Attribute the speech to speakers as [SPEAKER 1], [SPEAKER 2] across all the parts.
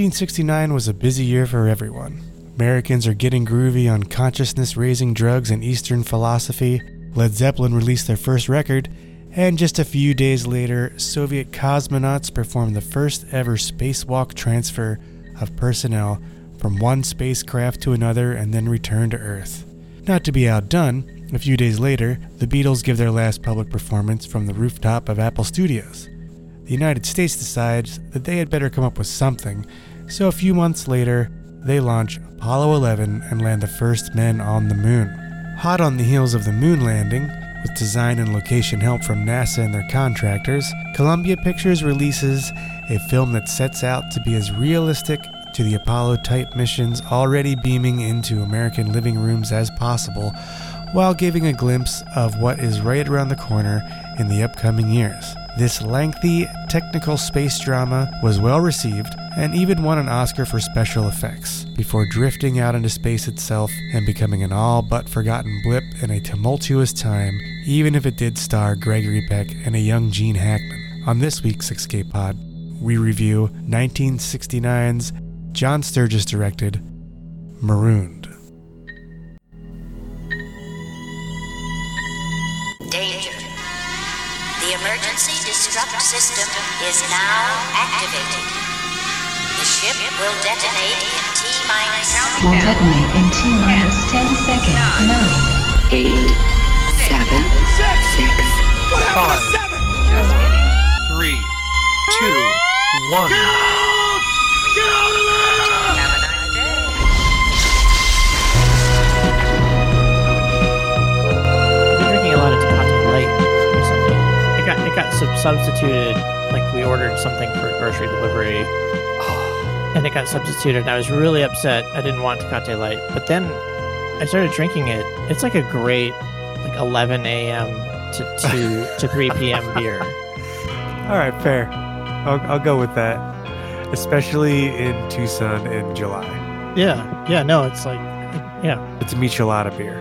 [SPEAKER 1] 1969 was a busy year for everyone. Americans are getting groovy on consciousness raising drugs and Eastern philosophy. Led Zeppelin released their first record, and just a few days later, Soviet cosmonauts performed the first ever spacewalk transfer of personnel from one spacecraft to another and then returned to Earth. Not to be outdone, a few days later, the Beatles give their last public performance from the rooftop of Apple Studios. The United States decides that they had better come up with something, so a few months later, they launch Apollo 11 and land the first men on the moon. Hot on the heels of the moon landing, with design and location help from NASA and their contractors, Columbia Pictures releases a film that sets out to be as realistic to the Apollo type missions already beaming into American living rooms as possible, while giving a glimpse of what is right around the corner in the upcoming years. This lengthy technical space drama was well received and even won an Oscar for special effects, before drifting out into space itself and becoming an all but forgotten blip in a tumultuous time, even if it did star Gregory Peck and a young Gene Hackman. On this week's Escape Pod, we review 1969's John Sturgis directed Marooned.
[SPEAKER 2] Danger. The emergency destruct system is now activated. The ship will detonate in T minus
[SPEAKER 3] will detonate in T minus 10 seconds. 9,
[SPEAKER 4] eight, seven, six,
[SPEAKER 5] five, three, two, one.
[SPEAKER 6] drinking a lot of Tecate Light or something. It got it got sub- substituted. Like we ordered something for grocery delivery, and it got substituted. And I was really upset. I didn't want Tecate Light, but then I started drinking it. It's like a great like 11 a.m. to two to 3 p.m. beer.
[SPEAKER 1] All right, fair. I'll, I'll go with that, especially in Tucson in July.
[SPEAKER 6] Yeah, yeah. No, it's like yeah.
[SPEAKER 1] It's a Michelada beer.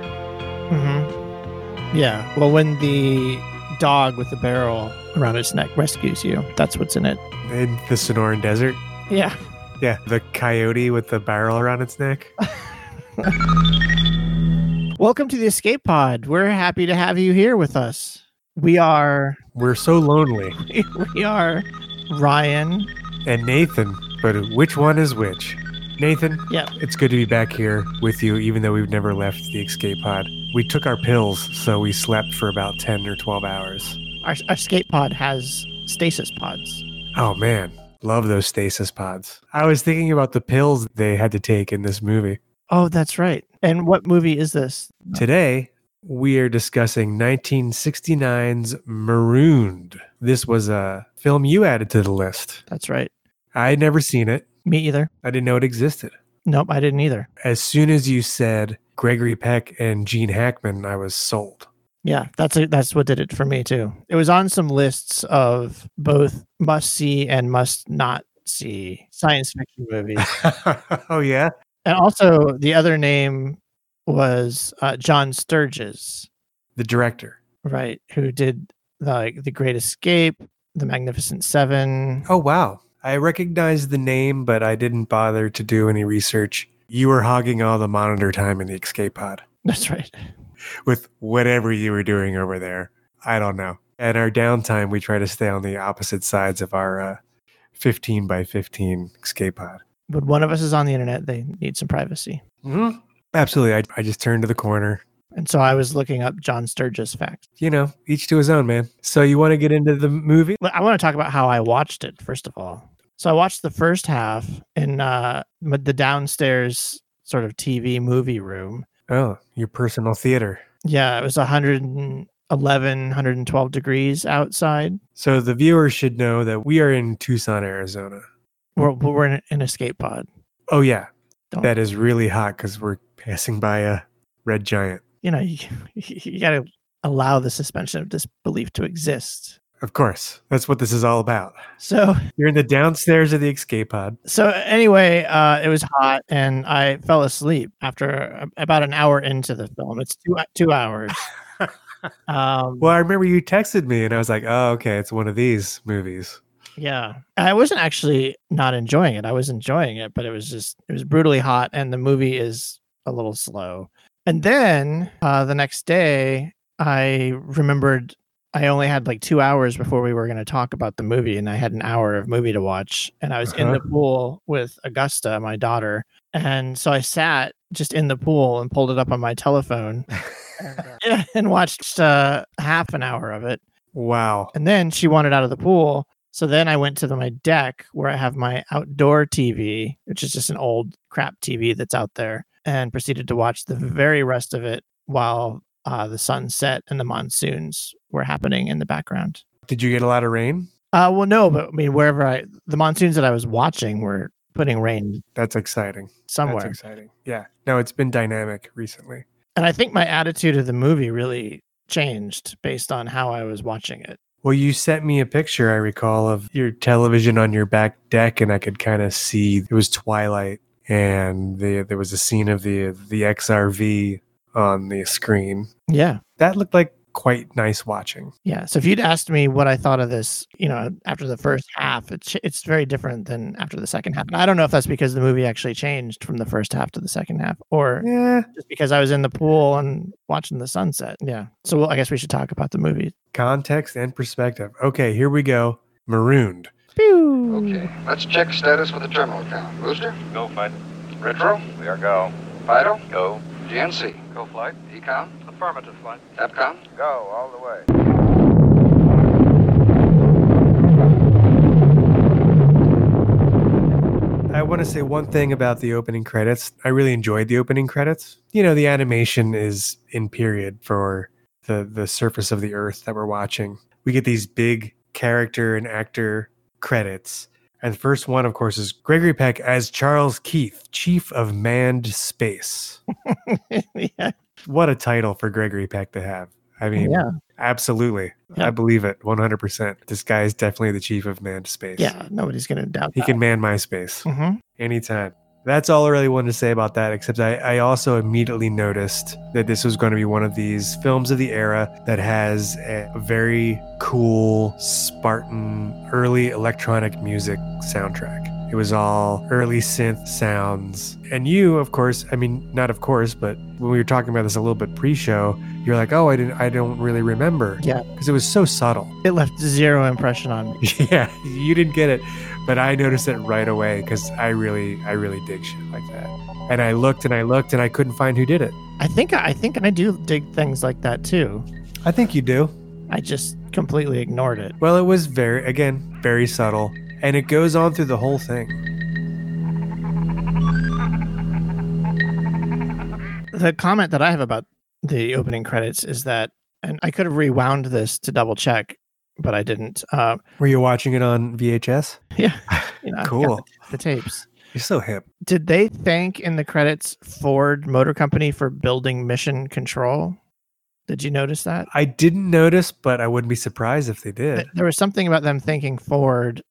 [SPEAKER 6] Mm-hmm. Yeah. Well, when the dog with the barrel around its neck rescues you, that's what's in it.
[SPEAKER 1] In the Sonoran Desert?
[SPEAKER 6] Yeah.
[SPEAKER 1] Yeah, the coyote with the barrel around its neck.
[SPEAKER 6] Welcome to the Escape Pod. We're happy to have you here with us. We are,
[SPEAKER 1] We're so lonely.
[SPEAKER 6] we are Ryan.
[SPEAKER 1] And Nathan, but which one is which? Nathan,
[SPEAKER 6] Yeah.
[SPEAKER 1] it's good to be back here with you, even though we've never left the escape pod. We took our pills, so we slept for about 10 or 12 hours.
[SPEAKER 6] Our, our Escape Pod has stasis pods.
[SPEAKER 1] Oh, man. Love those stasis pods. I was thinking about the pills they had to take in this movie.
[SPEAKER 6] Oh, that's right. And what movie is this?
[SPEAKER 1] Today, we are discussing 1969's Marooned. This was a film you added to the list.
[SPEAKER 6] That's right.
[SPEAKER 1] I had never seen it,
[SPEAKER 6] Me either.
[SPEAKER 1] I didn't know it existed.
[SPEAKER 6] Nope, I didn't either.
[SPEAKER 1] As soon as you said Gregory Peck and Gene Hackman, I was sold.
[SPEAKER 6] Yeah, that's a, that's what did it for me too. It was on some lists of both must see and must not see science fiction movies.
[SPEAKER 1] oh, yeah?
[SPEAKER 6] And also, the other name was uh, John Sturges,
[SPEAKER 1] The director.
[SPEAKER 6] right? Who did like The Great Escape, The Magnificent Seven.
[SPEAKER 1] Oh, wow. I recognized the name, but I didn't bother to do any research. You were hogging all the monitor time in the escape pod
[SPEAKER 6] That's right.
[SPEAKER 1] with whatever you were doing over there. I don't know. At our downtime, we try to stay on the opposite sides of our uh, 15 by 15 escape pod.
[SPEAKER 6] When one of us is on the internet, they need some privacy.
[SPEAKER 1] Mm-hmm. Absolutely. I, I just turned to the corner.
[SPEAKER 6] And so I was looking up John Sturges facts.
[SPEAKER 1] You know, each to his own, man. So you want to get into the movie?
[SPEAKER 6] But I want to talk about how I watched it first of all. So I watched the first half in uh, m- the downstairs sort of TV movie room.
[SPEAKER 1] Oh, your personal theater.
[SPEAKER 6] Yeah, it was 111, 112 degrees outside.
[SPEAKER 1] So the viewers should know that we are in Tucson, Arizona.
[SPEAKER 6] We're, but we're in an escape pod.
[SPEAKER 1] Oh, yeah.
[SPEAKER 6] Don't-
[SPEAKER 1] That is really hot because we're passing by a red giant.
[SPEAKER 6] You know, you, you got to allow the suspension of disbelief to exist.
[SPEAKER 1] Of course. That's what this is all about.
[SPEAKER 6] So,
[SPEAKER 1] You're in the downstairs of the escape pod.
[SPEAKER 6] so anyway, uh, it was hot, and I fell asleep after a- about an hour into the film. It's two two hours. um,
[SPEAKER 1] Well, I remember you texted me and I was like, oh, okay, it's one of these movies.
[SPEAKER 6] Yeah. I wasn't actually not enjoying it. I was enjoying it, but it was just it was brutally hot and the movie is a little slow. And then uh the next day I remembered I only had like 2 hours before we were going to talk about the movie and I had an hour of movie to watch and I was in the pool with Augusta, my daughter. And so I sat just in the pool and pulled it up on my telephone and, and watched uh, half an hour of it.
[SPEAKER 1] Wow.
[SPEAKER 6] And then she wanted out of the pool. So then I went to the, my deck where I have my outdoor TV, which is just an old crap TV that's out there, and proceeded to watch the very rest of it while uh, the sunset and the monsoons were happening in the background.
[SPEAKER 1] Did you get a lot of rain?
[SPEAKER 6] Uh, well, no, but I mean, wherever I, the monsoons that I was watching were putting rain
[SPEAKER 1] That's exciting. That's
[SPEAKER 6] somewhere.
[SPEAKER 1] exciting. Yeah. No, it's been dynamic recently.
[SPEAKER 6] And I think my attitude of the movie really changed based on how I was watching it.
[SPEAKER 1] Well, you sent me a picture, I recall, of your television on your back deck, and I could kind of see it was twilight, and the, there was a scene of the the XRV on the screen.
[SPEAKER 6] Yeah.
[SPEAKER 1] That looked like quite nice watching.
[SPEAKER 6] Yeah. So if you'd asked me what I thought of this, you know, after the first half, it's it's very different than after the second half. And I don't know if that's because the movie actually changed from the first half to the second half, or
[SPEAKER 1] Yeah,
[SPEAKER 6] just because I was in the pool and watching the sunset. Yeah. So well, I guess we should talk about the movie.
[SPEAKER 1] context and perspective. Okay, here we go. Marooned.
[SPEAKER 7] Okay, let's check status with the terminal account. Booster,
[SPEAKER 8] Go, Flight.
[SPEAKER 7] Retro,
[SPEAKER 8] We are go.
[SPEAKER 7] Vital,
[SPEAKER 8] Go.
[SPEAKER 7] GNC,
[SPEAKER 8] Go, Flight.
[SPEAKER 7] Econ,
[SPEAKER 8] Affirmative, Flight.
[SPEAKER 7] Capcom.
[SPEAKER 8] Go, all the way.
[SPEAKER 1] I want to say one thing about the opening credits. I really enjoyed the opening credits. You know, the animation is in period for the the surface of the earth that we're watching. We get these big character and actor credits. And the first one, of course, is Gregory Peck as Charles Keith, Chief of Manned Space.
[SPEAKER 6] yeah.
[SPEAKER 1] What a title for Gregory Peck to have. I mean,
[SPEAKER 6] Yeah.
[SPEAKER 1] absolutely.
[SPEAKER 6] Yeah.
[SPEAKER 1] I believe it 100%. This guy is definitely the Chief of Manned Space.
[SPEAKER 6] Yeah. Uh, Nobody's gonna doubt
[SPEAKER 1] He
[SPEAKER 6] that.
[SPEAKER 1] can man my space
[SPEAKER 6] Mhm.
[SPEAKER 1] anytime. That's all I really wanted to say about that, except I, I also immediately noticed that this was going to be one of these films of the era that has a very cool Spartan early electronic music soundtrack. It was all early synth sounds. And you, of course, I mean, not of course, but when we were talking about this a little bit pre show, you're like, oh, I, didn't, I don't really remember.
[SPEAKER 6] Yeah.
[SPEAKER 1] Because it was so subtle.
[SPEAKER 6] It left zero impression on me.
[SPEAKER 1] yeah, you didn't get it, but I noticed it right away because I really, I really dig shit like that. And I looked and I looked and I couldn't find who did it.
[SPEAKER 6] I think I think I do dig things like that too.
[SPEAKER 1] I think you do.
[SPEAKER 6] I just completely ignored it.
[SPEAKER 1] Well, it was very, again, very subtle, and it goes on through the whole thing.
[SPEAKER 6] the comment that I have about the opening credits is that, and I could have rewound this to double check, but I didn't. Uh,
[SPEAKER 1] Were you watching it on VHS?
[SPEAKER 6] yeah, you know, I've got
[SPEAKER 1] Cool.
[SPEAKER 6] the- the tapes.
[SPEAKER 1] You're so hip.
[SPEAKER 6] Did they thank in the credits Ford Motor Company for building Mission Control? Did you notice that?
[SPEAKER 1] I didn't notice, but I wouldn't be surprised if they did.
[SPEAKER 6] Th- There was something about them thanking Ford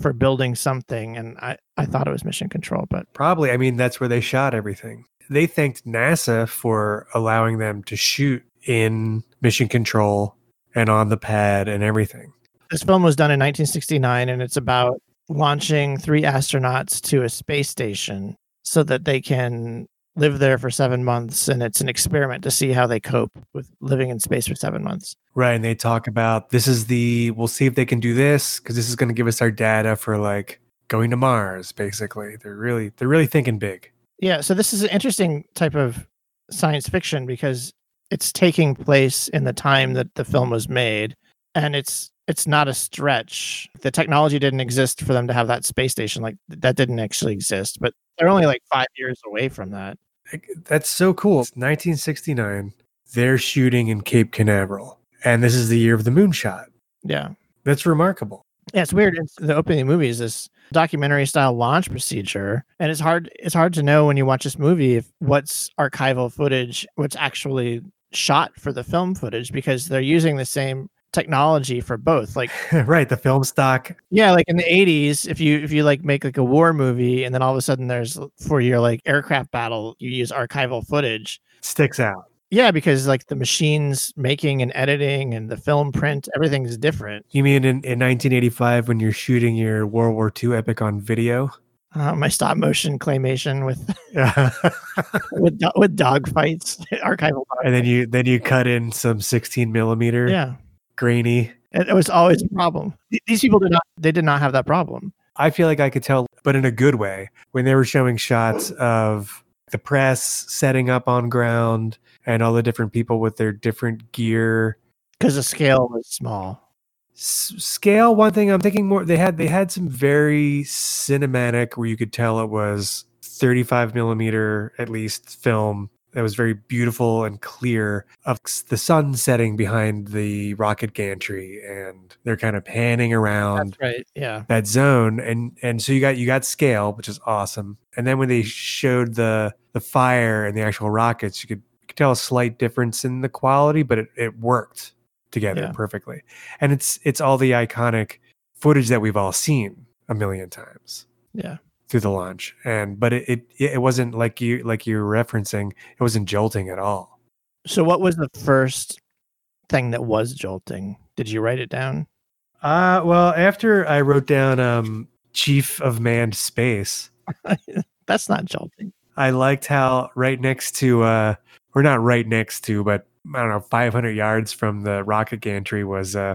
[SPEAKER 6] for building something, and I, I thought it was Mission Control, but
[SPEAKER 1] Probably. I mean, that's where they shot everything. They thanked NASA for allowing them to shoot in mission control and on the pad and everything.
[SPEAKER 6] this film was done in 1969 and it's about launching three astronauts to a space station so that they can live there for seven months and it's an experiment to see how they cope with living in space for seven months
[SPEAKER 1] Right. And they talk about this is the, we'll see if they can do this because this is going to give us our data for like going to Mars, basically. They're really, they're really thinking big.
[SPEAKER 6] yeah so this is an interesting type of science fiction because it's taking place in the time that the film was made and it's it's not a stretch the technology didn't exist for them to have that space station like that didn't actually exist but they're only like five years away from that
[SPEAKER 1] Like, That's so cool. It's 1969. They're shooting in Cape Canaveral. And this is the year of the moonshot.
[SPEAKER 6] yeah
[SPEAKER 1] That's remarkable.
[SPEAKER 6] Yeah, it's weird. It's, the opening of the movie is this documentary style launch procedure, and it's hard. It's hard to know when you watch this movie if what's archival footage, what's actually shot for the film footage, because they're using the same technology for both. Like,
[SPEAKER 1] right. The film stock.
[SPEAKER 6] yeah, like in the '80s, if you if you like make like a war movie, and then all of a sudden there's for your like aircraft battle, you use archival footage.
[SPEAKER 1] Sticks out.
[SPEAKER 6] Yeah, because like the machines making and editing and the film print, everything's different.
[SPEAKER 1] You mean in, in 1985 when you're shooting your World War II epic on video?
[SPEAKER 6] Uh, my stop motion claymation with
[SPEAKER 1] Yeah.
[SPEAKER 6] with do- with dog fights, archival. Dog
[SPEAKER 1] and then you then you cut in some 16 millimeter
[SPEAKER 6] yeah,
[SPEAKER 1] grainy.
[SPEAKER 6] it, it was always a problem. Th- These people did not they did not have that problem.
[SPEAKER 1] I feel like I could tell, but in a good way, when they were showing shots of the press setting up on ground and all the different people with their different gear.
[SPEAKER 6] because the scale was small.
[SPEAKER 1] S- scale one thing i'm thinking more they had they had some very cinematic where you could tell it was 35 millimeter at least film that was very beautiful and clear of s- the sun setting behind the rocket gantry and they're kind of panning around
[SPEAKER 6] right. Yeah.
[SPEAKER 1] that zone and and so you got you got scale which is awesome and then when they showed the the fire and the actual rockets you could, you could tell a slight difference in the quality but it, it worked together
[SPEAKER 6] Yeah.
[SPEAKER 1] perfectly and it's it's all the iconic footage that we've all seen a million times
[SPEAKER 6] Yeah.
[SPEAKER 1] through the launch and but it it, it wasn't like you like you were referencing it wasn't jolting at all
[SPEAKER 6] So what was the first thing that was jolting? Did you write it down?
[SPEAKER 1] uh well after i wrote down um chief of manned space
[SPEAKER 6] That's not jolting.
[SPEAKER 1] I liked how right next to uh or not right next to, but I don't know, 500 yards from the rocket gantry was uh,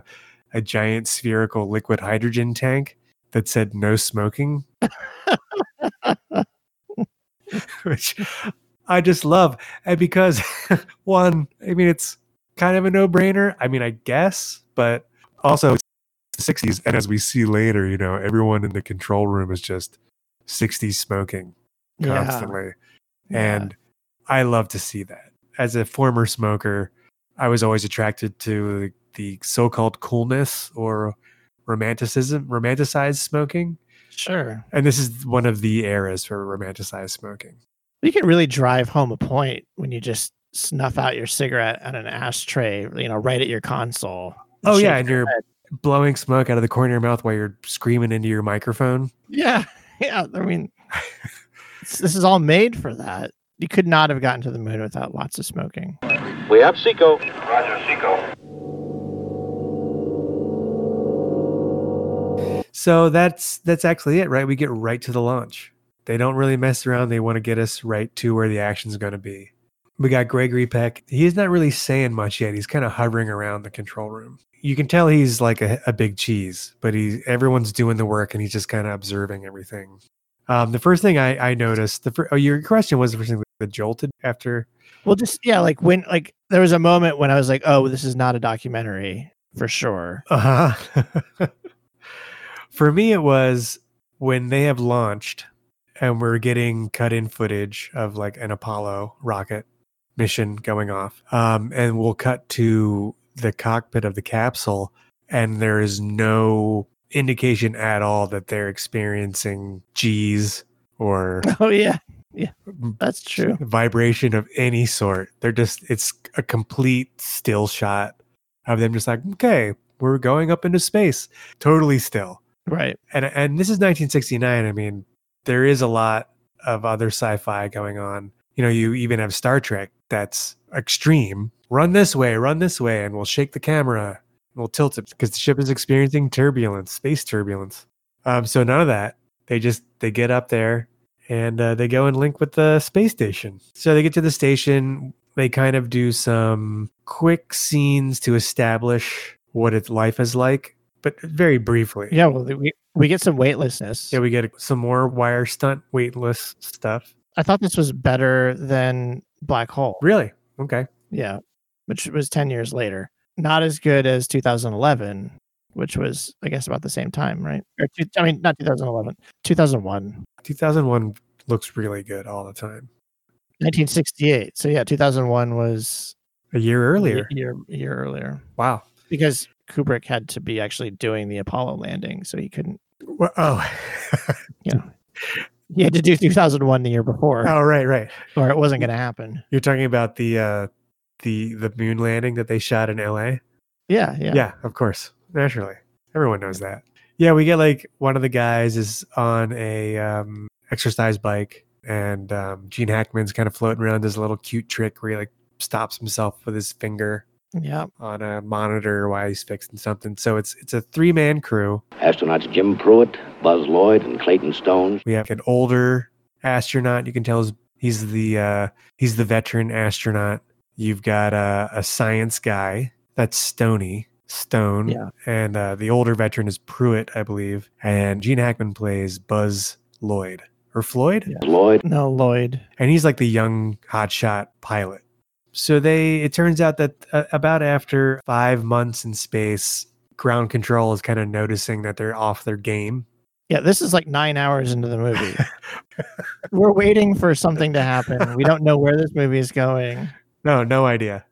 [SPEAKER 1] a giant spherical liquid hydrogen tank that said no smoking. Which I just love. And because, one, I mean, it's kind of a no brainer. I mean, I guess, but also it's the 60s. And as we see later, you know, everyone in the control room is just 60s smoking constantly.
[SPEAKER 6] Yeah.
[SPEAKER 1] And I love to see that. As a former smoker, I was always attracted to the so called coolness or romanticism, romanticized smoking.
[SPEAKER 6] Sure.
[SPEAKER 1] And this is one of the eras for romanticized smoking.
[SPEAKER 6] You can really drive home a point when you just snuff out your cigarette on an ashtray, you know, right at your console.
[SPEAKER 1] Oh,
[SPEAKER 6] and
[SPEAKER 1] yeah.
[SPEAKER 6] shake
[SPEAKER 1] And you're blowing smoke out of the corner of your mouth while you're screaming into your microphone.
[SPEAKER 6] Yeah, yeah. I mean, it's- this is all made for that. You could not have gotten to the moon without lots of smoking.
[SPEAKER 7] We have Seco.
[SPEAKER 8] Roger, Seco.
[SPEAKER 1] So that's that's actually it, right? We get right to the launch. They don't really mess around. They want to get us right to where the action's going to be. We got Gregory Peck. He's not really saying much yet. He's kind of hovering around the control room. You can tell he's like a, a big cheese, but he everyone's doing the work and he's just kind of observing everything. Um, the first thing I, I noticed, the fir- oh, your question was the first thing that jolted after.
[SPEAKER 6] Well, just yeah, like when like there was a moment when I was like, oh, this is not a documentary for sure.
[SPEAKER 1] Uh huh. For me, it was when they have launched and we're getting cut in footage of like an Apollo rocket mission going off. Um, and we'll cut to the cockpit of the capsule, and there is no indication at all that they're experiencing G's or
[SPEAKER 6] Oh yeah, yeah, that's true.
[SPEAKER 1] vibration of any sort. They're just it's a complete still shot of them just like, okay, we're going up into space. Totally still.
[SPEAKER 6] Right.
[SPEAKER 1] And and this is 1969. I mean, there is a lot of other sci-fi going on. You know, you even have Star Trek that's extreme. Run this way, run this way, and we'll shake the camera. and We'll tilt it because the ship is experiencing turbulence, space turbulence. Um, so none of that. They just they get up there and uh, they go and link with the space station. So they get to the station. They kind of do some quick scenes to establish what its life is like, but very briefly.
[SPEAKER 6] Yeah. Well, we we get some weightlessness.
[SPEAKER 1] Yeah, we get some more wire stunt weightless stuff.
[SPEAKER 6] I thought this was better than Black Hole.
[SPEAKER 1] Really? Okay.
[SPEAKER 6] Yeah, which was ten years later. Not as good as 2011, which was I guess about the same time, right? Or two, I mean, not 2011, 2001.
[SPEAKER 1] 2001 looks really good all the time.
[SPEAKER 6] 1968. So yeah, 2001 was
[SPEAKER 1] A year
[SPEAKER 6] a
[SPEAKER 1] earlier.
[SPEAKER 6] year, a year earlier
[SPEAKER 1] Wow.
[SPEAKER 6] because Kubrick had to be actually doing the Apollo landing, so he couldn't.
[SPEAKER 1] Wha- Oh.
[SPEAKER 6] He had to do 2001 the year before,
[SPEAKER 1] oh, right, right.
[SPEAKER 6] or it wasn't going to happen.
[SPEAKER 1] You're talking about the uh the the moon landing that they shot in LA?
[SPEAKER 6] Yeah, yeah,
[SPEAKER 1] yeah of course. Naturally. Everyone knows that. Yeah, we get like one of the guys is on a um exercise bike and um Gene Hackman's kind of floating around this little cute trick where he like stops himself with his finger
[SPEAKER 6] Yeah.
[SPEAKER 1] on a monitor while he's fixing something. So it's it's a three man crew.
[SPEAKER 5] Astronauts Jim Pruitt, Buzz Lloyd, and Clayton Stones.
[SPEAKER 1] We have an older astronaut. You can tell he's- he's the uh, he's the veteran astronaut. You've got a, a science guy. That's Stony Stone.
[SPEAKER 6] Yeah.
[SPEAKER 1] And uh, the older veteran is Pruitt, I believe. And Gene Hackman plays Buzz Lloyd or Floyd.
[SPEAKER 5] Lloyd,
[SPEAKER 6] No, Lloyd.
[SPEAKER 1] and he's like the young hotshot pilot. So they, it turns out that uh, about after five months in space, ground control is kind of noticing that they're off their game.
[SPEAKER 6] Yeah, this is like nine hours into the movie. We're waiting for something to happen. We don't know where this movie is going.
[SPEAKER 1] No, no idea.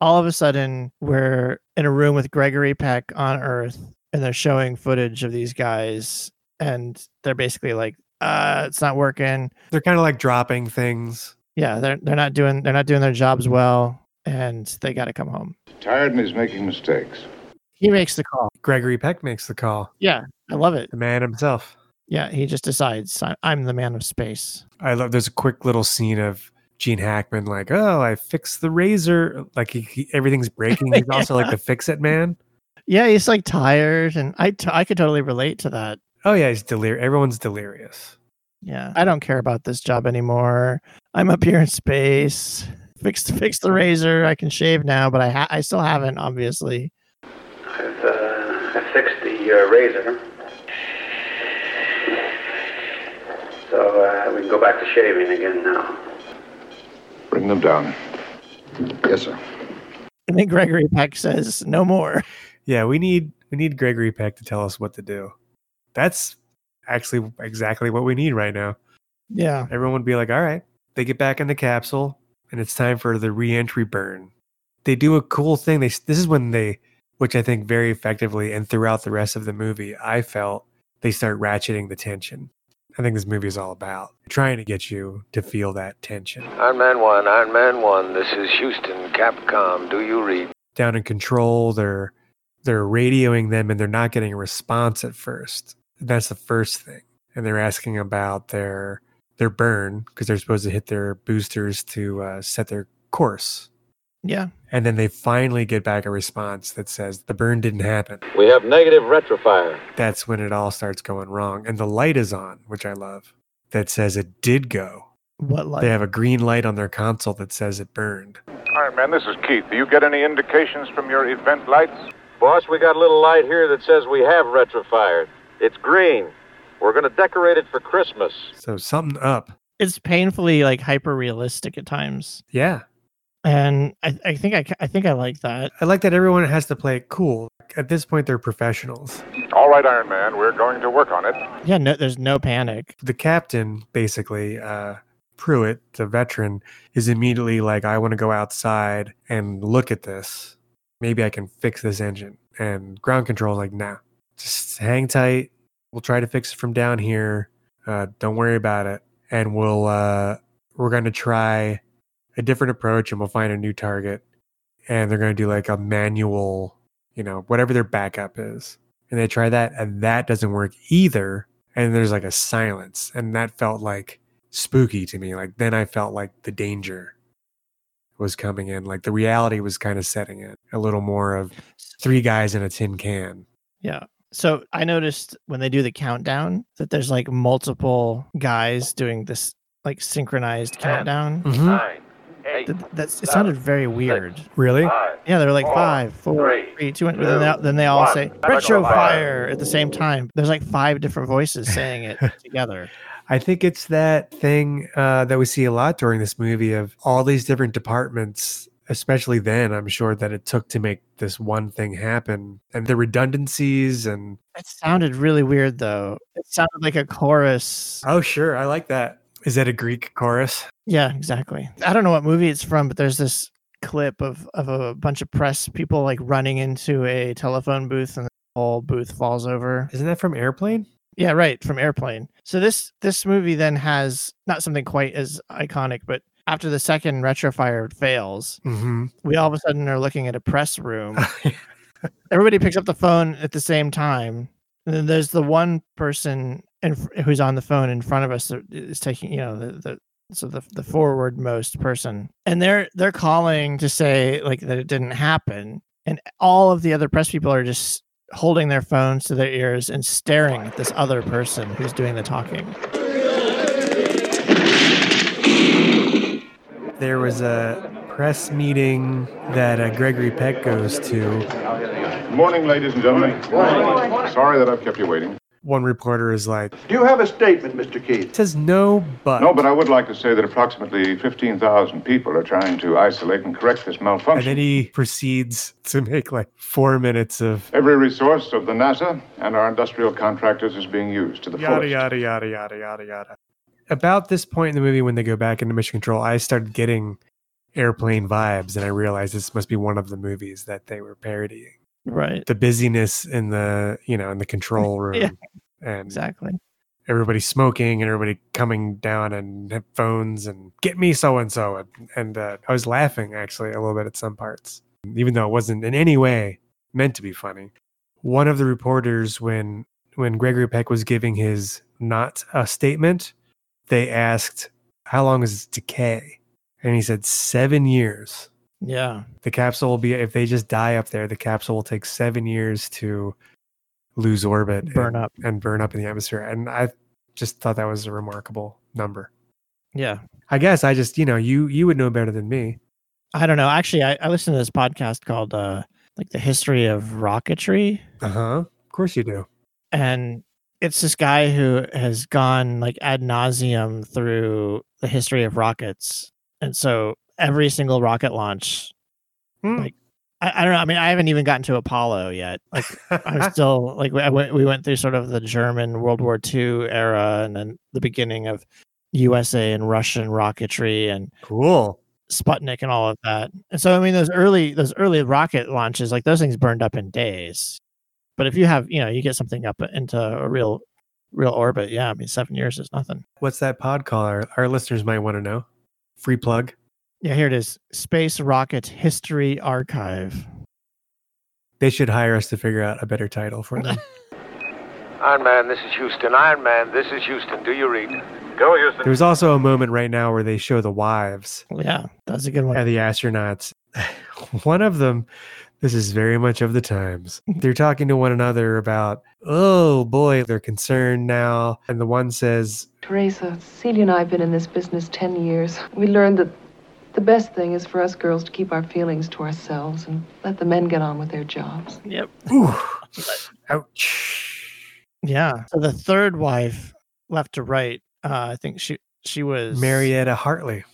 [SPEAKER 6] All of a sudden, we're in a room with Gregory Peck on Earth, and they're showing footage of these guys, and they're basically like, "Uh, it's not working.
[SPEAKER 1] They're kind of like dropping things.
[SPEAKER 6] Yeah, they're they're not doing they're not doing their jobs well, and they got to come home."
[SPEAKER 7] Tired and he's making mistakes.
[SPEAKER 6] He makes the call.
[SPEAKER 1] Gregory Peck makes the call,
[SPEAKER 6] I love it.
[SPEAKER 1] the man himself.
[SPEAKER 6] Yeah, he just decides "I- I'm the man of space.
[SPEAKER 1] I love. There's a quick little scene of Gene Hackman, like, "Oh, I fixed the razor." Like he, he- everything's breaking. He's also like the fix-it man.
[SPEAKER 6] Yeah, he's like tired, and I t- I could totally relate to that.
[SPEAKER 1] Oh yeah, he's delirious. Everyone's delirious.
[SPEAKER 6] Yeah. I don't care about this job anymore. I'm up here in space. Fix the fix the razor. I can shave now, but I ha- I still haven't obviously.
[SPEAKER 8] I've, uh, I fixed the uh, razor. So uh, we can go back to shaving again now.
[SPEAKER 7] Bring them down. Yes, sir.
[SPEAKER 6] And then Gregory Peck says no more.
[SPEAKER 1] Yeah, we need we need Gregory Peck to tell us what to do. That's actually exactly what we need right now.
[SPEAKER 6] Yeah.
[SPEAKER 1] Everyone would be like, "All right." They get back in the capsule, and it's time for the reentry burn. They do a cool thing. They s- this is when they, which I think very effectively, and throughout the rest of the movie, I felt they start ratcheting the tension. I think this movie is all about trying to get you to feel that tension.
[SPEAKER 8] Iron Man 1, Iron Man 1, this is Houston, Capcom. Do you read?
[SPEAKER 1] down in control. They're they're radioing them and they're not getting a response at first. That's the first thing. And they're asking about their their burn because they're supposed to hit their boosters to uh, set their course.
[SPEAKER 6] Yeah.
[SPEAKER 1] And then they finally get back a response that says the burn didn't happen.
[SPEAKER 8] We have negative retrofire.
[SPEAKER 1] That's when it all starts going wrong. And the light is on, which I love, that says it did go.
[SPEAKER 6] What like
[SPEAKER 1] They have a green light on their console that says it burned.
[SPEAKER 7] All right, man, this is Keith. Do you get any indications from your event lights?
[SPEAKER 8] Boss, we got a little light here that says we have retrofired. It's green. We're going to decorate it for Christmas.
[SPEAKER 1] So something up.
[SPEAKER 6] it's painfully like hyper realistic at times.
[SPEAKER 1] Yeah.
[SPEAKER 6] And I, I think I, ca- I think I like that.
[SPEAKER 1] I like that everyone has to play it cool. At this point, they're professionals.
[SPEAKER 7] All right, Iron Man, we're going to work on it.
[SPEAKER 6] Yeah, no there's no panic.
[SPEAKER 1] The captain, basically, uh, Pruitt, the veteran, is immediately like, I want to go outside and look at this. Maybe I can fix this engine. And ground control, like, nah, just hang tight. We'll try to fix it from down here. Uh, don't worry about it. And we'll, uh, we're going to try a different approach and we'll find a new target. And they're going to do like a manual, you know, whatever their backup is. And they try that and that doesn't work either. And there's like a silence. And that felt like spooky to me. Like then I felt like the danger was coming in. Like the reality was kind of setting in a little more of three guys in a tin can.
[SPEAKER 6] Yeah. So I noticed when they do the countdown that there's like multiple guys doing this like synchronized countdown.
[SPEAKER 1] Mm-hmm.
[SPEAKER 8] Nine, eight,
[SPEAKER 6] Th- That's it sounded very weird.
[SPEAKER 1] Really?
[SPEAKER 8] five.
[SPEAKER 6] Yeah, they were like
[SPEAKER 8] Four,
[SPEAKER 6] five, four, three, two,
[SPEAKER 8] three,
[SPEAKER 6] and then they,
[SPEAKER 8] two,
[SPEAKER 6] then they all
[SPEAKER 8] one.
[SPEAKER 6] say retro
[SPEAKER 8] Retro
[SPEAKER 6] fire
[SPEAKER 8] fire.
[SPEAKER 6] at the same time. There's like five different voices saying it together.
[SPEAKER 1] I think it's that thing uh, that we see a lot during this movie of all these different departments, especially then, I'm sure that it took to make this one thing happen and the redundancies and
[SPEAKER 6] It sounded really weird though. It sounded like a chorus.
[SPEAKER 1] oh, sure, I like that. Is that a Greek chorus?
[SPEAKER 6] Yeah, exactly. I don't know what movie it's from, but there's this clip of of a bunch of press people like running into a telephone booth and the whole booth falls over.
[SPEAKER 1] Isn't that from Airplane?
[SPEAKER 6] Yeah, right, from Airplane. So this this movie then has not something quite as iconic, but after the second retrofire fails,
[SPEAKER 1] Mm-hmm.
[SPEAKER 6] we all of a sudden are looking at a press room. Everybody picks up the phone at the same time, and then there's the one person in, fr- who's on the phone in front of us that is taking, you know, the, the so the the forwardmost person, and they're they're calling to say like that it didn't happen, and all of the other press people are just holding their phones to their ears and staring at this other person who's doing the talking.
[SPEAKER 1] There was a press meeting that uh, Gregory Peck goes to.
[SPEAKER 9] Morning, ladies and gentlemen. Sorry that I've kept you waiting.
[SPEAKER 1] One reporter is like,
[SPEAKER 9] Do you have a statement, Mr. Keith?
[SPEAKER 1] says no, but.
[SPEAKER 9] No, but I would like to say that approximately 15,000 people are trying to isolate and correct this
[SPEAKER 1] And
[SPEAKER 9] malfunction.
[SPEAKER 1] then he proceeds to make like four minutes of
[SPEAKER 9] Every resource of the NASA and our industrial contractors is being used to the
[SPEAKER 1] yada
[SPEAKER 9] fullest.
[SPEAKER 1] yada yada yada yada yada. About this point in the movie, when they go back into Mission Control, I started getting airplane vibes, and I realized this must be one of the movies that they were parodying.
[SPEAKER 6] Right.
[SPEAKER 1] The busyness in the you know in the control room,
[SPEAKER 6] Yeah.
[SPEAKER 1] and
[SPEAKER 6] Exactly.
[SPEAKER 1] everybody smoking and everybody coming down and had phones and get me so and so, and uh, I was laughing actually a little bit at some parts, even though it wasn't in any way meant to be funny. One of the reporters, when when Gregory Peck was giving his not a statement, they asked, "How long is its decay?" And he said, seven years.
[SPEAKER 6] Yeah.
[SPEAKER 1] The capsule will be if they just die up there, the capsule will take seven years to lose orbit,
[SPEAKER 6] Burn
[SPEAKER 1] and,
[SPEAKER 6] up.
[SPEAKER 1] and burn up in the atmosphere." And I just thought that was a remarkable number.
[SPEAKER 6] Yeah.
[SPEAKER 1] I guess I just, you know, you you would know better than me.
[SPEAKER 6] I don't know. Actually, I, I listened to this podcast called uh like the history of rocketry.
[SPEAKER 1] Uh
[SPEAKER 6] Uh-huh.
[SPEAKER 1] huh. Of course you do.
[SPEAKER 6] and it's this guy who has gone like ad nauseum through the history of rockets and so every single rocket launch
[SPEAKER 1] Hmm.
[SPEAKER 6] like I, I don't know i mean i haven't even gotten to apollo yet like i'm still like we- I went, we went through sort of the german world war ii era and then the beginning of usa and russian rocketry and
[SPEAKER 1] cool.
[SPEAKER 6] sputnik and all of that and so i mean those early those early rocket launches like those things burned up in days but if you have you know you get something up into a real real orbit yeah i mean seven years is nothing
[SPEAKER 1] What's that pod caller? Our listeners might want to know. Free plug.
[SPEAKER 6] yeah here it is space rocket history archive
[SPEAKER 1] They should hire us to figure out a better title for them.
[SPEAKER 10] Iron Man, this is Houston. Iron Man, this is Houston. Do you read?
[SPEAKER 8] Go, Houston.
[SPEAKER 1] There's also a moment right now where they show the wives
[SPEAKER 6] yeah that's a good one
[SPEAKER 1] and the astronauts. one of them, this is very much of the times. They're talking to one another about, oh boy, they're concerned now. And the one says,
[SPEAKER 11] Teresa, Celia and I have been in this business 10 years. We learned that the best thing is for us girls to keep our feelings to ourselves and let the men get on with their jobs.
[SPEAKER 6] yep
[SPEAKER 1] Ooh, ouch.
[SPEAKER 6] yeah so the third wife left to right uh, i think she she was
[SPEAKER 1] Marietta Hartley.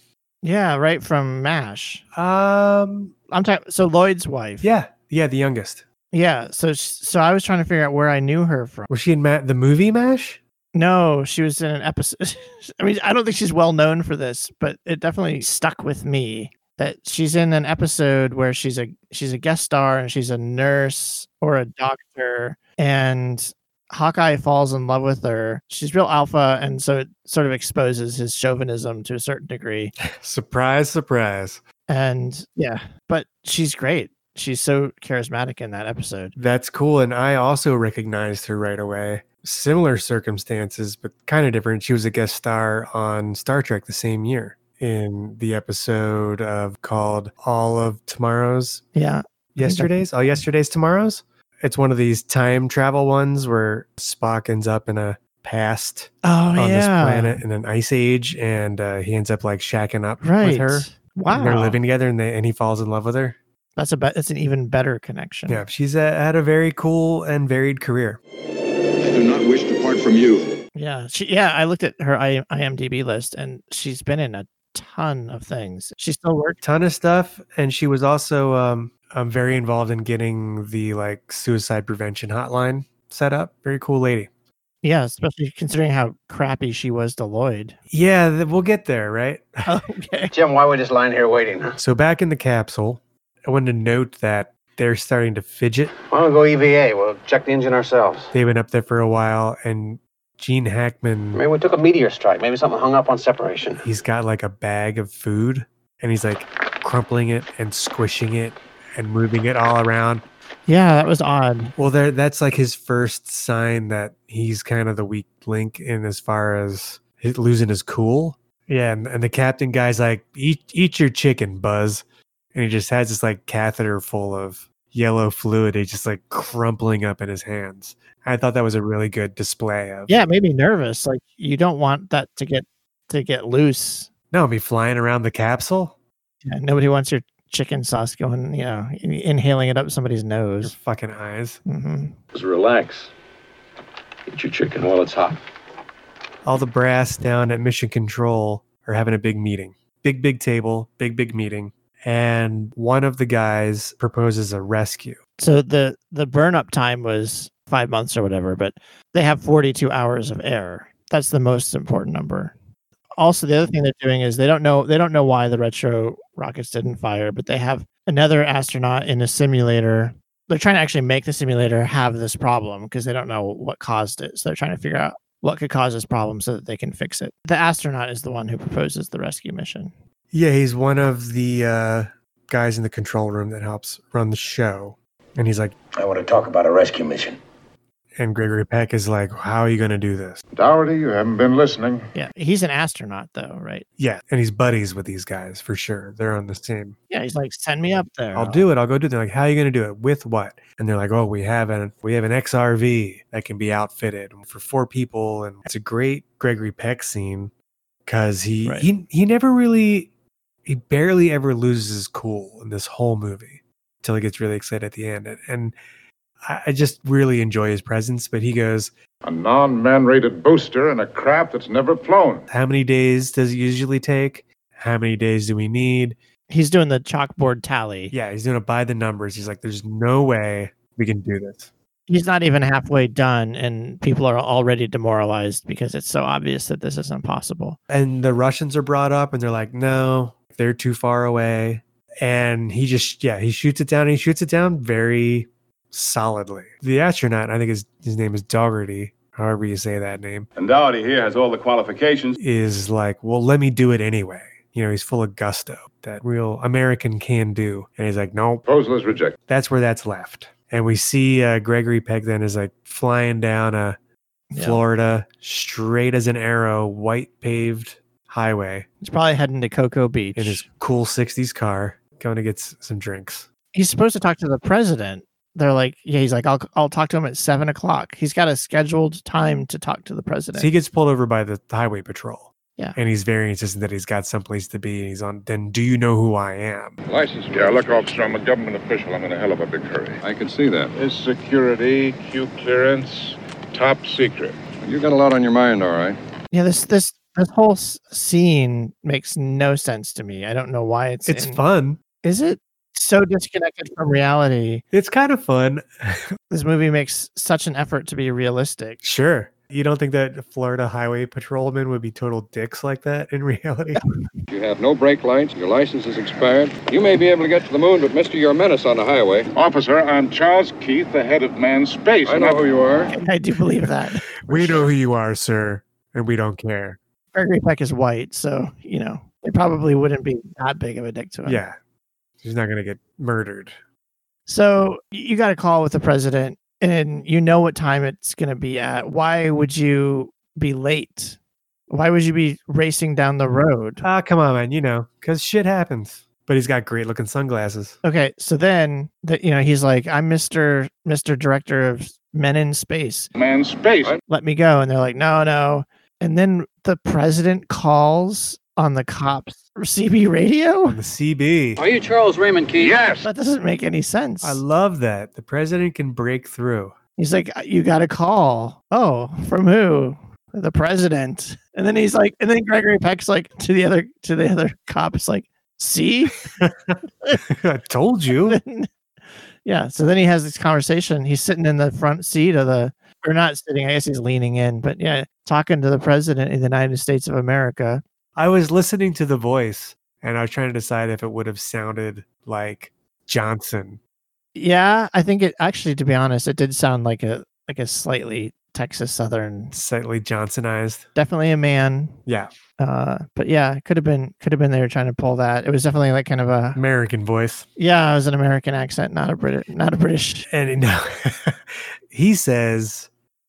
[SPEAKER 6] yeah right from mash
[SPEAKER 1] Um,
[SPEAKER 6] i'm talking so lloyd's wife
[SPEAKER 1] yeah, yeah, the youngest.
[SPEAKER 6] yeah so sh- so i was trying to figure out where i knew her from
[SPEAKER 1] Was she in Ma- the movie MASH?
[SPEAKER 6] No, she was in an episode. I mean, I don't think she's well known for this, but it definitely stuck with me that she's in an episode where she's a she's a guest star and she's a nurse or a doctor and Hawkeye falls in love with her. She's real alpha and so it sort of exposes his chauvinism to a certain degree.
[SPEAKER 1] Surprise, surprise.
[SPEAKER 6] And yeah, but she's great. She's so charismatic in that episode.
[SPEAKER 1] That's cool. And I also recognized her right away. Similar circumstances, but kind of different. She was a guest star on Star Trek the same year in the episode of called All of Tomorrow's
[SPEAKER 6] Yeah.
[SPEAKER 1] Yesterdays. All Yesterday's Tomorrows. It's one of these time travel ones where Spock ends up in a past
[SPEAKER 6] Oh
[SPEAKER 1] on
[SPEAKER 6] yeah.
[SPEAKER 1] this planet in an ice age, and uh, he ends up like shacking up
[SPEAKER 6] Right.
[SPEAKER 1] with her.
[SPEAKER 6] Wow.
[SPEAKER 1] And they're living together, and they, and he falls in love with her.
[SPEAKER 6] That's a be- that's an even better connection.
[SPEAKER 1] Yeah, she's uh had a very cool and varied career.
[SPEAKER 12] I do not wish to part from you.
[SPEAKER 6] Yeah, she. Yeah, I looked at her I- IMDb list, and she's been in a ton of things. She still works.
[SPEAKER 1] Ton of stuff, and she was also um, um very involved in getting the like suicide prevention hotline set up. Very cool lady.
[SPEAKER 6] Yeah, especially considering how crappy she was to Lloyd.
[SPEAKER 1] Yeah, th- we'll get there, right?
[SPEAKER 6] Okay.
[SPEAKER 10] Jim, why are we just lying here waiting?
[SPEAKER 1] So back in the capsule, I wanted to note that they're starting to fidget.
[SPEAKER 10] Why don't we go EVA? We'll check the engine ourselves.
[SPEAKER 1] They've been up there for a while, and Gene Hackman
[SPEAKER 10] Maybe we took a meteor strike. Maybe something hung up on separation.
[SPEAKER 1] he's got like a bag of food and he's like crumpling it and squishing it and moving it all around.
[SPEAKER 6] Yeah, that was odd.
[SPEAKER 1] Well, there that's like his first sign that he's kind of the weak link in as far as his, losing his cool. Yeah, and, and the captain guy's like, "Eat eat your chicken, Buzz," and he just has this like catheter full of yellow fluid. He's just like crumpling up in his hands. I thought that was a really good display of.
[SPEAKER 6] Yeah, it made me nervous. Like you don't want that to get to get loose.
[SPEAKER 1] No, be flying around the capsule.
[SPEAKER 6] Yeah, nobody wants your chicken sauce going, you know, in- inhaling it up somebody's nose.
[SPEAKER 1] fucking eyes.
[SPEAKER 6] Mm-hmm.
[SPEAKER 13] Just relax. Eat your chicken while it's hot.
[SPEAKER 1] All the brass down at Mission Control are having a big meeting. Big, big table, big, big meeting. And one of the guys proposes a rescue.
[SPEAKER 6] So the the burn up time was five months or whatever, but they have forty two hours of air. That's the most important number. Also, the other thing they're doing is they don't know they don't know why the retro rockets didn't fire, but they have another astronaut in a simulator. They're trying to actually make the simulator have this problem because they don't know what caused it. So they're trying to figure out what could cause this problem so that they can fix it. The astronaut is the one who proposes the rescue mission.
[SPEAKER 1] Yeah, he's one of the uh, guys in the control room that helps run the show. And he's like,
[SPEAKER 5] I want to talk about a rescue mission.
[SPEAKER 1] and Gregory Peck is like, how are you going to do this?
[SPEAKER 9] Dougherty, you haven't been listening.
[SPEAKER 6] Yeah, he's an astronaut though, right?
[SPEAKER 1] Yeah. And he's buddies with these guys for sure. They're on the same.
[SPEAKER 6] Yeah, he's like, send me up there.
[SPEAKER 1] I'll do it. I'll go do it. They're like, how are you going to do it? With what? And they're like, oh, we have an we have an XRV that can be outfitted for four people, and it's a great Gregory Peck scene because he
[SPEAKER 6] Right.
[SPEAKER 1] he he never really he barely ever loses his cool in this whole movie until he gets really excited at the end, and, and I, I just really enjoy his presence. But he goes,
[SPEAKER 9] A non man rated booster and a crap that's never flown.
[SPEAKER 1] how many days does it usually take? How many days do we need?
[SPEAKER 6] He's doing the chalkboard tally.
[SPEAKER 1] Yeah, he's doing it by the numbers. He's like, there's no way we can do this.
[SPEAKER 6] He's not even halfway done, and people are already demoralized because it's so obvious that this is impossible.
[SPEAKER 1] And the Russians are brought up and they're like, no, they're too far away. And he just, yeah, he shoots it down. He shoots it down very solidly. The astronaut, I think his, his name is Dougherty, however you say that name,
[SPEAKER 14] And Dougherty here has all the qualifications.
[SPEAKER 1] is like, well, let me do it anyway. You know, he's full of gusto, that real American can do. And he's like, nope.
[SPEAKER 9] Proposal is rejected.
[SPEAKER 1] that's where that's left. And we see uh, Gregory Peck then is like flying down a
[SPEAKER 6] Yeah.
[SPEAKER 1] Florida straight as an arrow, white paved highway
[SPEAKER 6] He's probably heading to Cocoa Beach.
[SPEAKER 1] in his cool 60s car, going to get s- some drinks.
[SPEAKER 6] He's supposed to talk to the president. They're like, yeah, he's like, I'll, I'll talk to him at seven o'clock. He's got a scheduled time to talk to the
[SPEAKER 1] So
[SPEAKER 6] president.
[SPEAKER 1] he gets pulled over by the highway patrol.
[SPEAKER 6] Yeah.
[SPEAKER 1] And he's very insistent that he's got someplace to be. And he's on, then do you know who I am?
[SPEAKER 9] License. Yeah, look, officer, I'm a government official. I'm in a hell of a big hurry. I can see that. It's security, Q clearance, top secret. You got a lot on your mind, all right.
[SPEAKER 6] yeah, this this this whole s- scene makes no sense to me. I don't know why it's
[SPEAKER 1] It's
[SPEAKER 6] in-
[SPEAKER 1] fun.
[SPEAKER 6] Is it so disconnected from reality?
[SPEAKER 1] It's kind of fun.
[SPEAKER 6] This movie makes such an effort to be realistic.
[SPEAKER 1] Sure. You don't think that Florida highway patrolmen would be total dicks like that in reality?
[SPEAKER 7] You have no brake lights. Your license is expired. You may be able to get to the moon, but mister, you're a menace on the highway.
[SPEAKER 9] Officer, I'm Charles Keith, the head of manned space.
[SPEAKER 7] I know who you are.
[SPEAKER 6] I do believe that.
[SPEAKER 1] we know who you are, sir, and we don't care.
[SPEAKER 6] Gregory Peck is white, so you know it probably wouldn't be that big of a dick to him.
[SPEAKER 1] Yeah. He's not going to get murdered.
[SPEAKER 6] So y- you got a call with the president, and you know what time it's going to be at. Why would you be late? Why would you be racing down the road?
[SPEAKER 1] Ah, come on, man. You know, because shit happens. But he's got great looking sunglasses.
[SPEAKER 6] Okay, so then that you know he's like, I'm Mister Mister Director of Men in Space.
[SPEAKER 9] Manned space.
[SPEAKER 6] Let me go, and they're like, No, no. And then the president calls on the cops CB radio.
[SPEAKER 1] On the CB.
[SPEAKER 15] Are you Charles Raymond Keith?
[SPEAKER 9] Yes.
[SPEAKER 6] That doesn't make any sense.
[SPEAKER 1] I love that. The president can break through.
[SPEAKER 6] He's like, "Uh, you got a call. Oh, from who? The president. And then he's like, and then Gregory Peck's like to the other to the other cop. It's like, see,
[SPEAKER 1] I told you.
[SPEAKER 6] yeah. So then he has this conversation. He's sitting in the front seat of the, or not sitting. I guess he's leaning in, but yeah, talking to the president of the United States of America.
[SPEAKER 1] I was listening to the voice and I was trying to decide if it would have sounded like Johnson.
[SPEAKER 6] Yeah, I think it actually, to be honest, it did sound like a like a slightly Texas Southern,
[SPEAKER 1] Slightly Johnsonized.
[SPEAKER 6] definitely a man.
[SPEAKER 1] Yeah.
[SPEAKER 6] Uh, but yeah, could have been could have been they were trying to pull that. It was definitely like kind of a
[SPEAKER 1] American voice.
[SPEAKER 6] Yeah, it was an American accent, not a British, not a British.
[SPEAKER 1] And no, he says,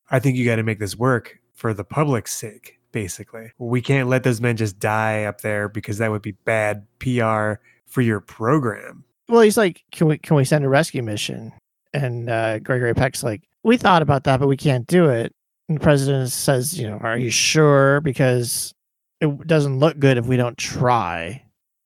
[SPEAKER 1] I think you got to make this work for the public's sake. basically. We can't let those men just die up there because that would be bad PR for your program.
[SPEAKER 6] Well, he's like, can we can we send a rescue mission? And uh, Gregory Peck's like, we thought about that, but we can't do it. And the president says, you know, are you sure? Because it doesn't look good if we don't try.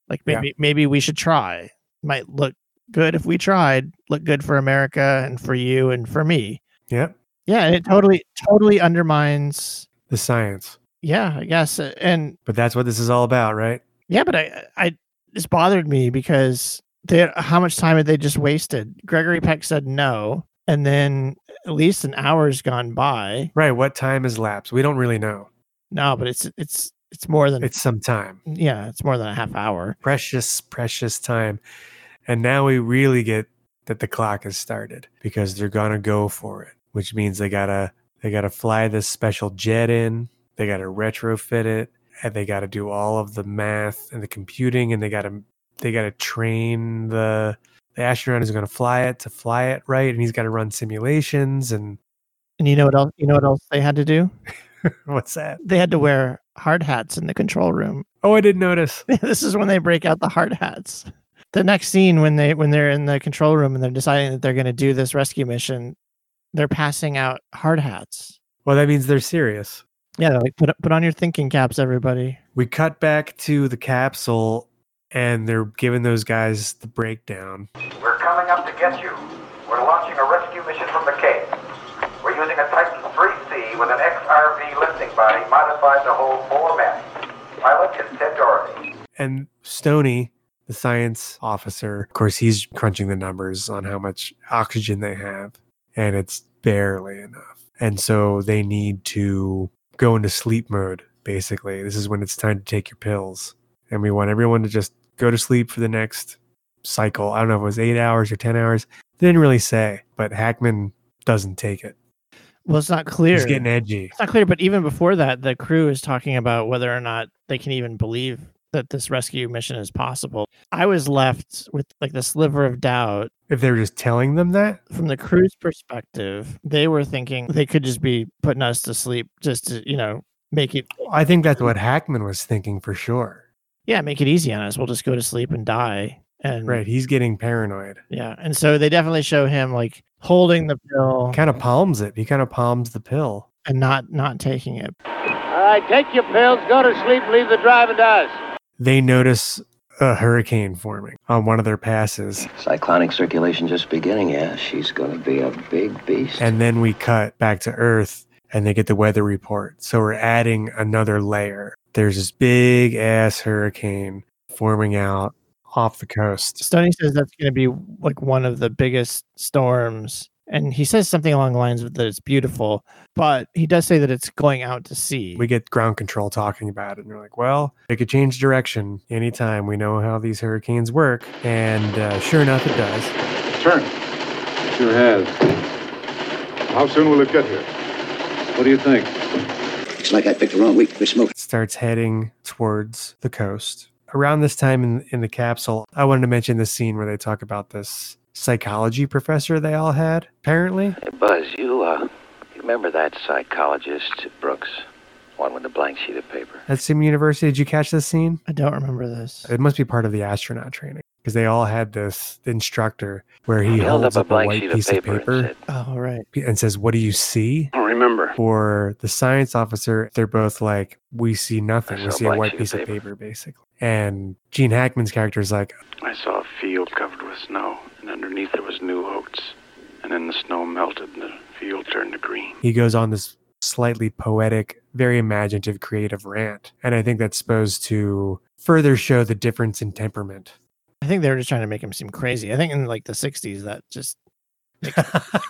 [SPEAKER 6] Like
[SPEAKER 1] Yeah.
[SPEAKER 6] maybe maybe we should try. Might look good if we tried. Look good for America and for you and for me.
[SPEAKER 1] Yep.
[SPEAKER 6] Yeah, and it totally totally undermines.
[SPEAKER 1] The science.
[SPEAKER 6] Yeah, I guess. uh, And
[SPEAKER 1] But that's what this is all about, right?
[SPEAKER 6] Yeah, but I, I this bothered me because they, how much time had they just wasted? Gregory Peck said no, and then at least an hour's gone by.
[SPEAKER 1] Right. What time has lapsed? We don't really know.
[SPEAKER 6] No, but it's it's it's more than
[SPEAKER 1] It's some time.
[SPEAKER 6] yeah, it's more than a half hour.
[SPEAKER 1] Precious, precious time. And now we really get that the clock has started because they're gonna go for it, which means they gotta they gotta fly this special jet in, they gotta retrofit it, and they gotta do all of the math and the computing, and they gotta they gotta train the the astronaut who's gonna fly it to fly it right, and he's gotta run simulations and
[SPEAKER 6] And you know what else? You know what else they had to do?
[SPEAKER 1] what's that?
[SPEAKER 6] They had to wear hard hats in the control room.
[SPEAKER 1] Oh, I didn't notice.
[SPEAKER 6] this is when they break out the hard hats. The next scene when they when they're in the control room and they're deciding that they're going to do this rescue mission, they're passing out hard hats.
[SPEAKER 1] Well, that means they're serious.
[SPEAKER 6] Yeah, they're like put put on your thinking caps, everybody.
[SPEAKER 1] we cut back to the capsule and they're giving those guys the breakdown.
[SPEAKER 15] We're coming up to get you. We're launching a rescue mission from the Cape. We're using a Titan 3C with an XRV lifting body modified to hold four men. Pilot is Ted Doherty.
[SPEAKER 1] And Stoney, the science officer, of course, he's crunching the numbers on how much oxygen they have, and it's barely enough. And so they need to go into sleep mode, basically. This is when it's time to take your pills. And we want everyone to just go to sleep for the next cycle. I don't know if it was eight hours or 10 hours. They didn't really say, but Hackman doesn't take it.
[SPEAKER 6] Well, it's not clear.
[SPEAKER 1] He's getting edgy.
[SPEAKER 6] It's not clear, but even before that, the crew is talking about whether or not they can even believe that this rescue mission is possible. I was left with like the sliver of doubt
[SPEAKER 1] If they were just telling them that,
[SPEAKER 6] from the crew's perspective. They were thinking they could just be putting us to sleep just to, you know, make it
[SPEAKER 1] I think that's what Hackman was thinking for sure.
[SPEAKER 6] yeah, make it easy on us. We'll just go to sleep and die. And
[SPEAKER 1] Right. He's getting paranoid.
[SPEAKER 6] yeah. And so they definitely show him like holding the pill
[SPEAKER 1] Kind of palms it. He kind of palms the pill.
[SPEAKER 6] and not not taking it.
[SPEAKER 16] All right, take your pills, go to sleep, leave the driving to us.
[SPEAKER 1] They notice a hurricane forming on one of their passes.
[SPEAKER 5] Cyclonic circulation just beginning, yeah. She's going to be a big beast.
[SPEAKER 1] And then we cut back to Earth and they get the weather report. So we're adding another layer. There's this big ass hurricane forming out off the coast.
[SPEAKER 6] Stoney says that's going to be like one of the biggest storms. And he says something along the lines of that it's beautiful, but he does say that it's going out to sea.
[SPEAKER 1] We get ground control talking about it, and they're like, well, it could change direction anytime. We know how these hurricanes work. And uh, sure enough, it does.
[SPEAKER 9] Turn. Sure has. How soon will it get here? What do you think?
[SPEAKER 5] It's like I picked the wrong week for smoking.
[SPEAKER 1] starts heading towards the coast. Around this time in, in the capsule, I wanted to mention the scene where they talk about this psychology professor they all had, apparently.
[SPEAKER 5] Buzz, you, uh, you remember that psychologist, Brooks? One with the blank sheet of paper.
[SPEAKER 1] At Sim University, did you catch this scene?
[SPEAKER 6] I don't remember this.
[SPEAKER 1] It must be part of the astronaut training because they all had this instructor where he,
[SPEAKER 5] He held
[SPEAKER 1] holds
[SPEAKER 5] up a
[SPEAKER 1] up a,
[SPEAKER 5] blank sheet
[SPEAKER 1] white
[SPEAKER 5] of
[SPEAKER 1] piece of
[SPEAKER 5] paper and
[SPEAKER 1] paper and,
[SPEAKER 6] Oh, right.
[SPEAKER 1] says, What do you see?
[SPEAKER 5] remember.
[SPEAKER 1] For the science officer, they're both like, We see nothing. We
[SPEAKER 5] saw a
[SPEAKER 1] see a
[SPEAKER 5] blank
[SPEAKER 1] white
[SPEAKER 5] sheet of
[SPEAKER 1] piece of
[SPEAKER 5] paper."
[SPEAKER 1] paper, basically. And Gene Hackman's character is like,
[SPEAKER 17] I saw a field covered with snow, and underneath there was new oats. And then the snow melted, and the field turned to green.
[SPEAKER 1] he goes on this slightly poetic, very imaginative, creative rant. And I think that's supposed to further show the difference in temperament.
[SPEAKER 6] I think they were just trying to make him seem crazy. I think in like the 60s, that just makes him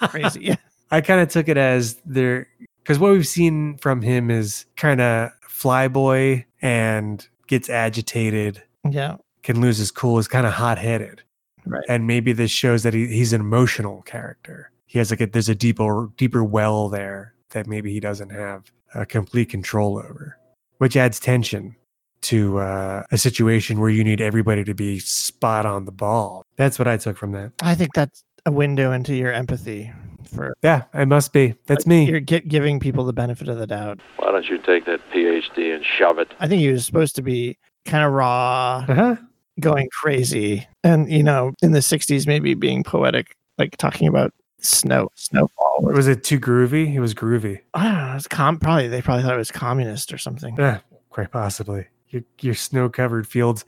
[SPEAKER 6] crazy. Yeah.
[SPEAKER 1] I kind of took it as there, because what we've seen from him is kind of flyboy and gets agitated,
[SPEAKER 6] Yeah.
[SPEAKER 1] can lose his cool, is kind of hot headed.
[SPEAKER 6] Right.
[SPEAKER 1] And maybe this shows that he, he's an emotional character. He has like a, there's a deeper, deeper well there that maybe he doesn't have a complete control over, which adds tension to uh, a situation where you need everybody to be spot on the ball. That's what I took from that.
[SPEAKER 6] I think that's a window into your empathy for
[SPEAKER 1] Yeah, it must be. That's me.
[SPEAKER 6] you're gi- giving people the benefit of the doubt.
[SPEAKER 5] Why don't you take that PhD and shove it?
[SPEAKER 6] I think he was supposed to be kind of raw,
[SPEAKER 1] uh-huh.
[SPEAKER 6] going crazy, and you know, in the '60s, maybe being poetic, like talking about snow, snowfall.
[SPEAKER 1] Was it too groovy? It was groovy.
[SPEAKER 6] I don't know. It's com- probably they probably thought it was communist or something.
[SPEAKER 1] Yeah, quite possibly. Your, your snow covered fields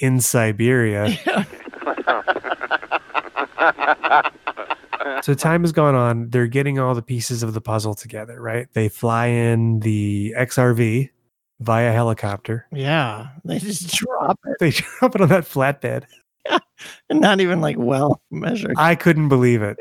[SPEAKER 1] in Siberia. so time has gone on. They're getting all the pieces of the puzzle together, right? They fly in the XRV via helicopter.
[SPEAKER 6] Yeah, they just drop it
[SPEAKER 1] They drop it on that flatbed.
[SPEAKER 6] and not even like well measured.
[SPEAKER 1] I couldn't believe it.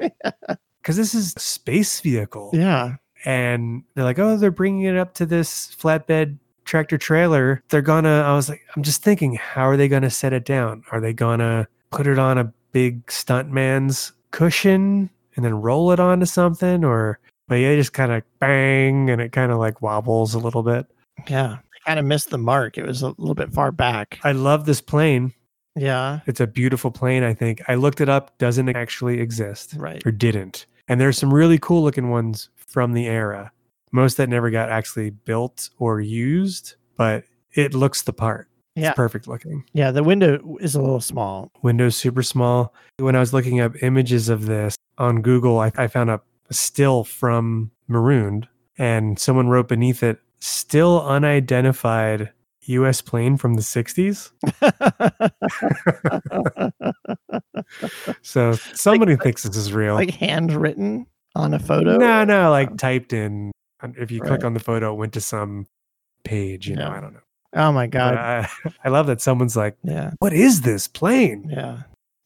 [SPEAKER 1] Because this is a space vehicle.
[SPEAKER 6] yeah,
[SPEAKER 1] and they're like, oh, they're bringing it up to this flatbed tractor trailer. They're gonna, I was like, I'm just thinking, how are they gonna set it down? Are they gonna put it on a big stuntman's cushion and then roll it onto something? Or, but yeah, just kind of bang and it kind of like wobbles a little bit.
[SPEAKER 6] yeah. They kind of missed the mark. It was a little bit far back.
[SPEAKER 1] I love this plane.
[SPEAKER 6] Yeah,
[SPEAKER 1] It's a beautiful plane, I think. I looked it up, doesn't actually exist
[SPEAKER 6] right.
[SPEAKER 1] or didn't. And there's some really cool looking ones from the era. Most that never got actually built or used, but it looks the part.
[SPEAKER 6] Yeah,
[SPEAKER 1] It's perfect looking.
[SPEAKER 6] yeah. The window is a little small.
[SPEAKER 1] Windows super small. When I was looking up images of this on Google, I, I found a still from Marooned, and someone wrote beneath it, still unidentified US plane from the 60s. So somebody thinks this is real.
[SPEAKER 6] like handwritten on a photo.
[SPEAKER 1] No, no, like typed in. and If you click
[SPEAKER 6] Right.
[SPEAKER 1] on the photo, it went to some page, you know,
[SPEAKER 6] Yeah.
[SPEAKER 1] I don't know.
[SPEAKER 6] Oh my
[SPEAKER 1] But
[SPEAKER 6] god.
[SPEAKER 1] I, I love that someone's like,
[SPEAKER 6] yeah.
[SPEAKER 1] what is this plane?
[SPEAKER 6] Yeah.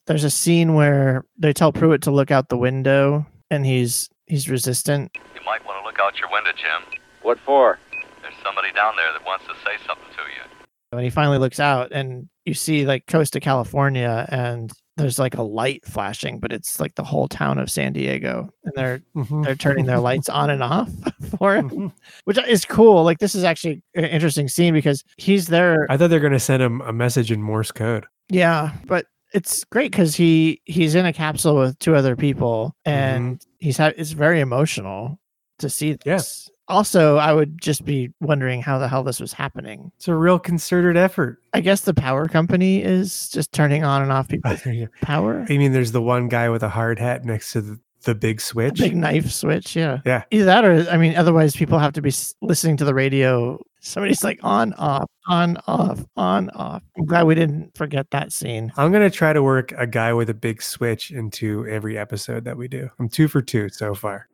[SPEAKER 6] There's a scene where they tell Pruitt to look out the window and he's he's resistant.
[SPEAKER 18] You might want to look out your window, Jim.
[SPEAKER 5] What for?
[SPEAKER 18] There's somebody down there that wants to say something to you.
[SPEAKER 6] When he finally looks out and you see like coast of California and there's like a light flashing, but it's like the whole town of San Diego. And they're
[SPEAKER 1] Mm-hmm.
[SPEAKER 6] they're turning their lights on and off for him. Which is cool. Like this is actually an interesting scene because he's there
[SPEAKER 1] I thought they were going to send him a message in Morse code.
[SPEAKER 6] Yeah, but it's great because he he's in a capsule with two other people,
[SPEAKER 1] Mm-hmm.
[SPEAKER 6] and he's had it's very emotional to see this.
[SPEAKER 1] Yes.
[SPEAKER 6] Also, I would just be wondering how the hell this was happening.
[SPEAKER 1] It's a real concerted effort.
[SPEAKER 6] I guess the power company is just turning on and off people's
[SPEAKER 1] you
[SPEAKER 6] power.
[SPEAKER 1] mean there's the one guy with a hard hat next to the, the big switch?
[SPEAKER 6] Big knife switch, yeah.
[SPEAKER 1] Yeah.
[SPEAKER 6] Either that or I mean otherwise people have to be s- listening to the radio. Somebody's like on off, on off, on off. I'm glad we didn't forget that scene.
[SPEAKER 1] I'm going to try to work a guy with a big switch into every episode that we do. I'm two for two so far.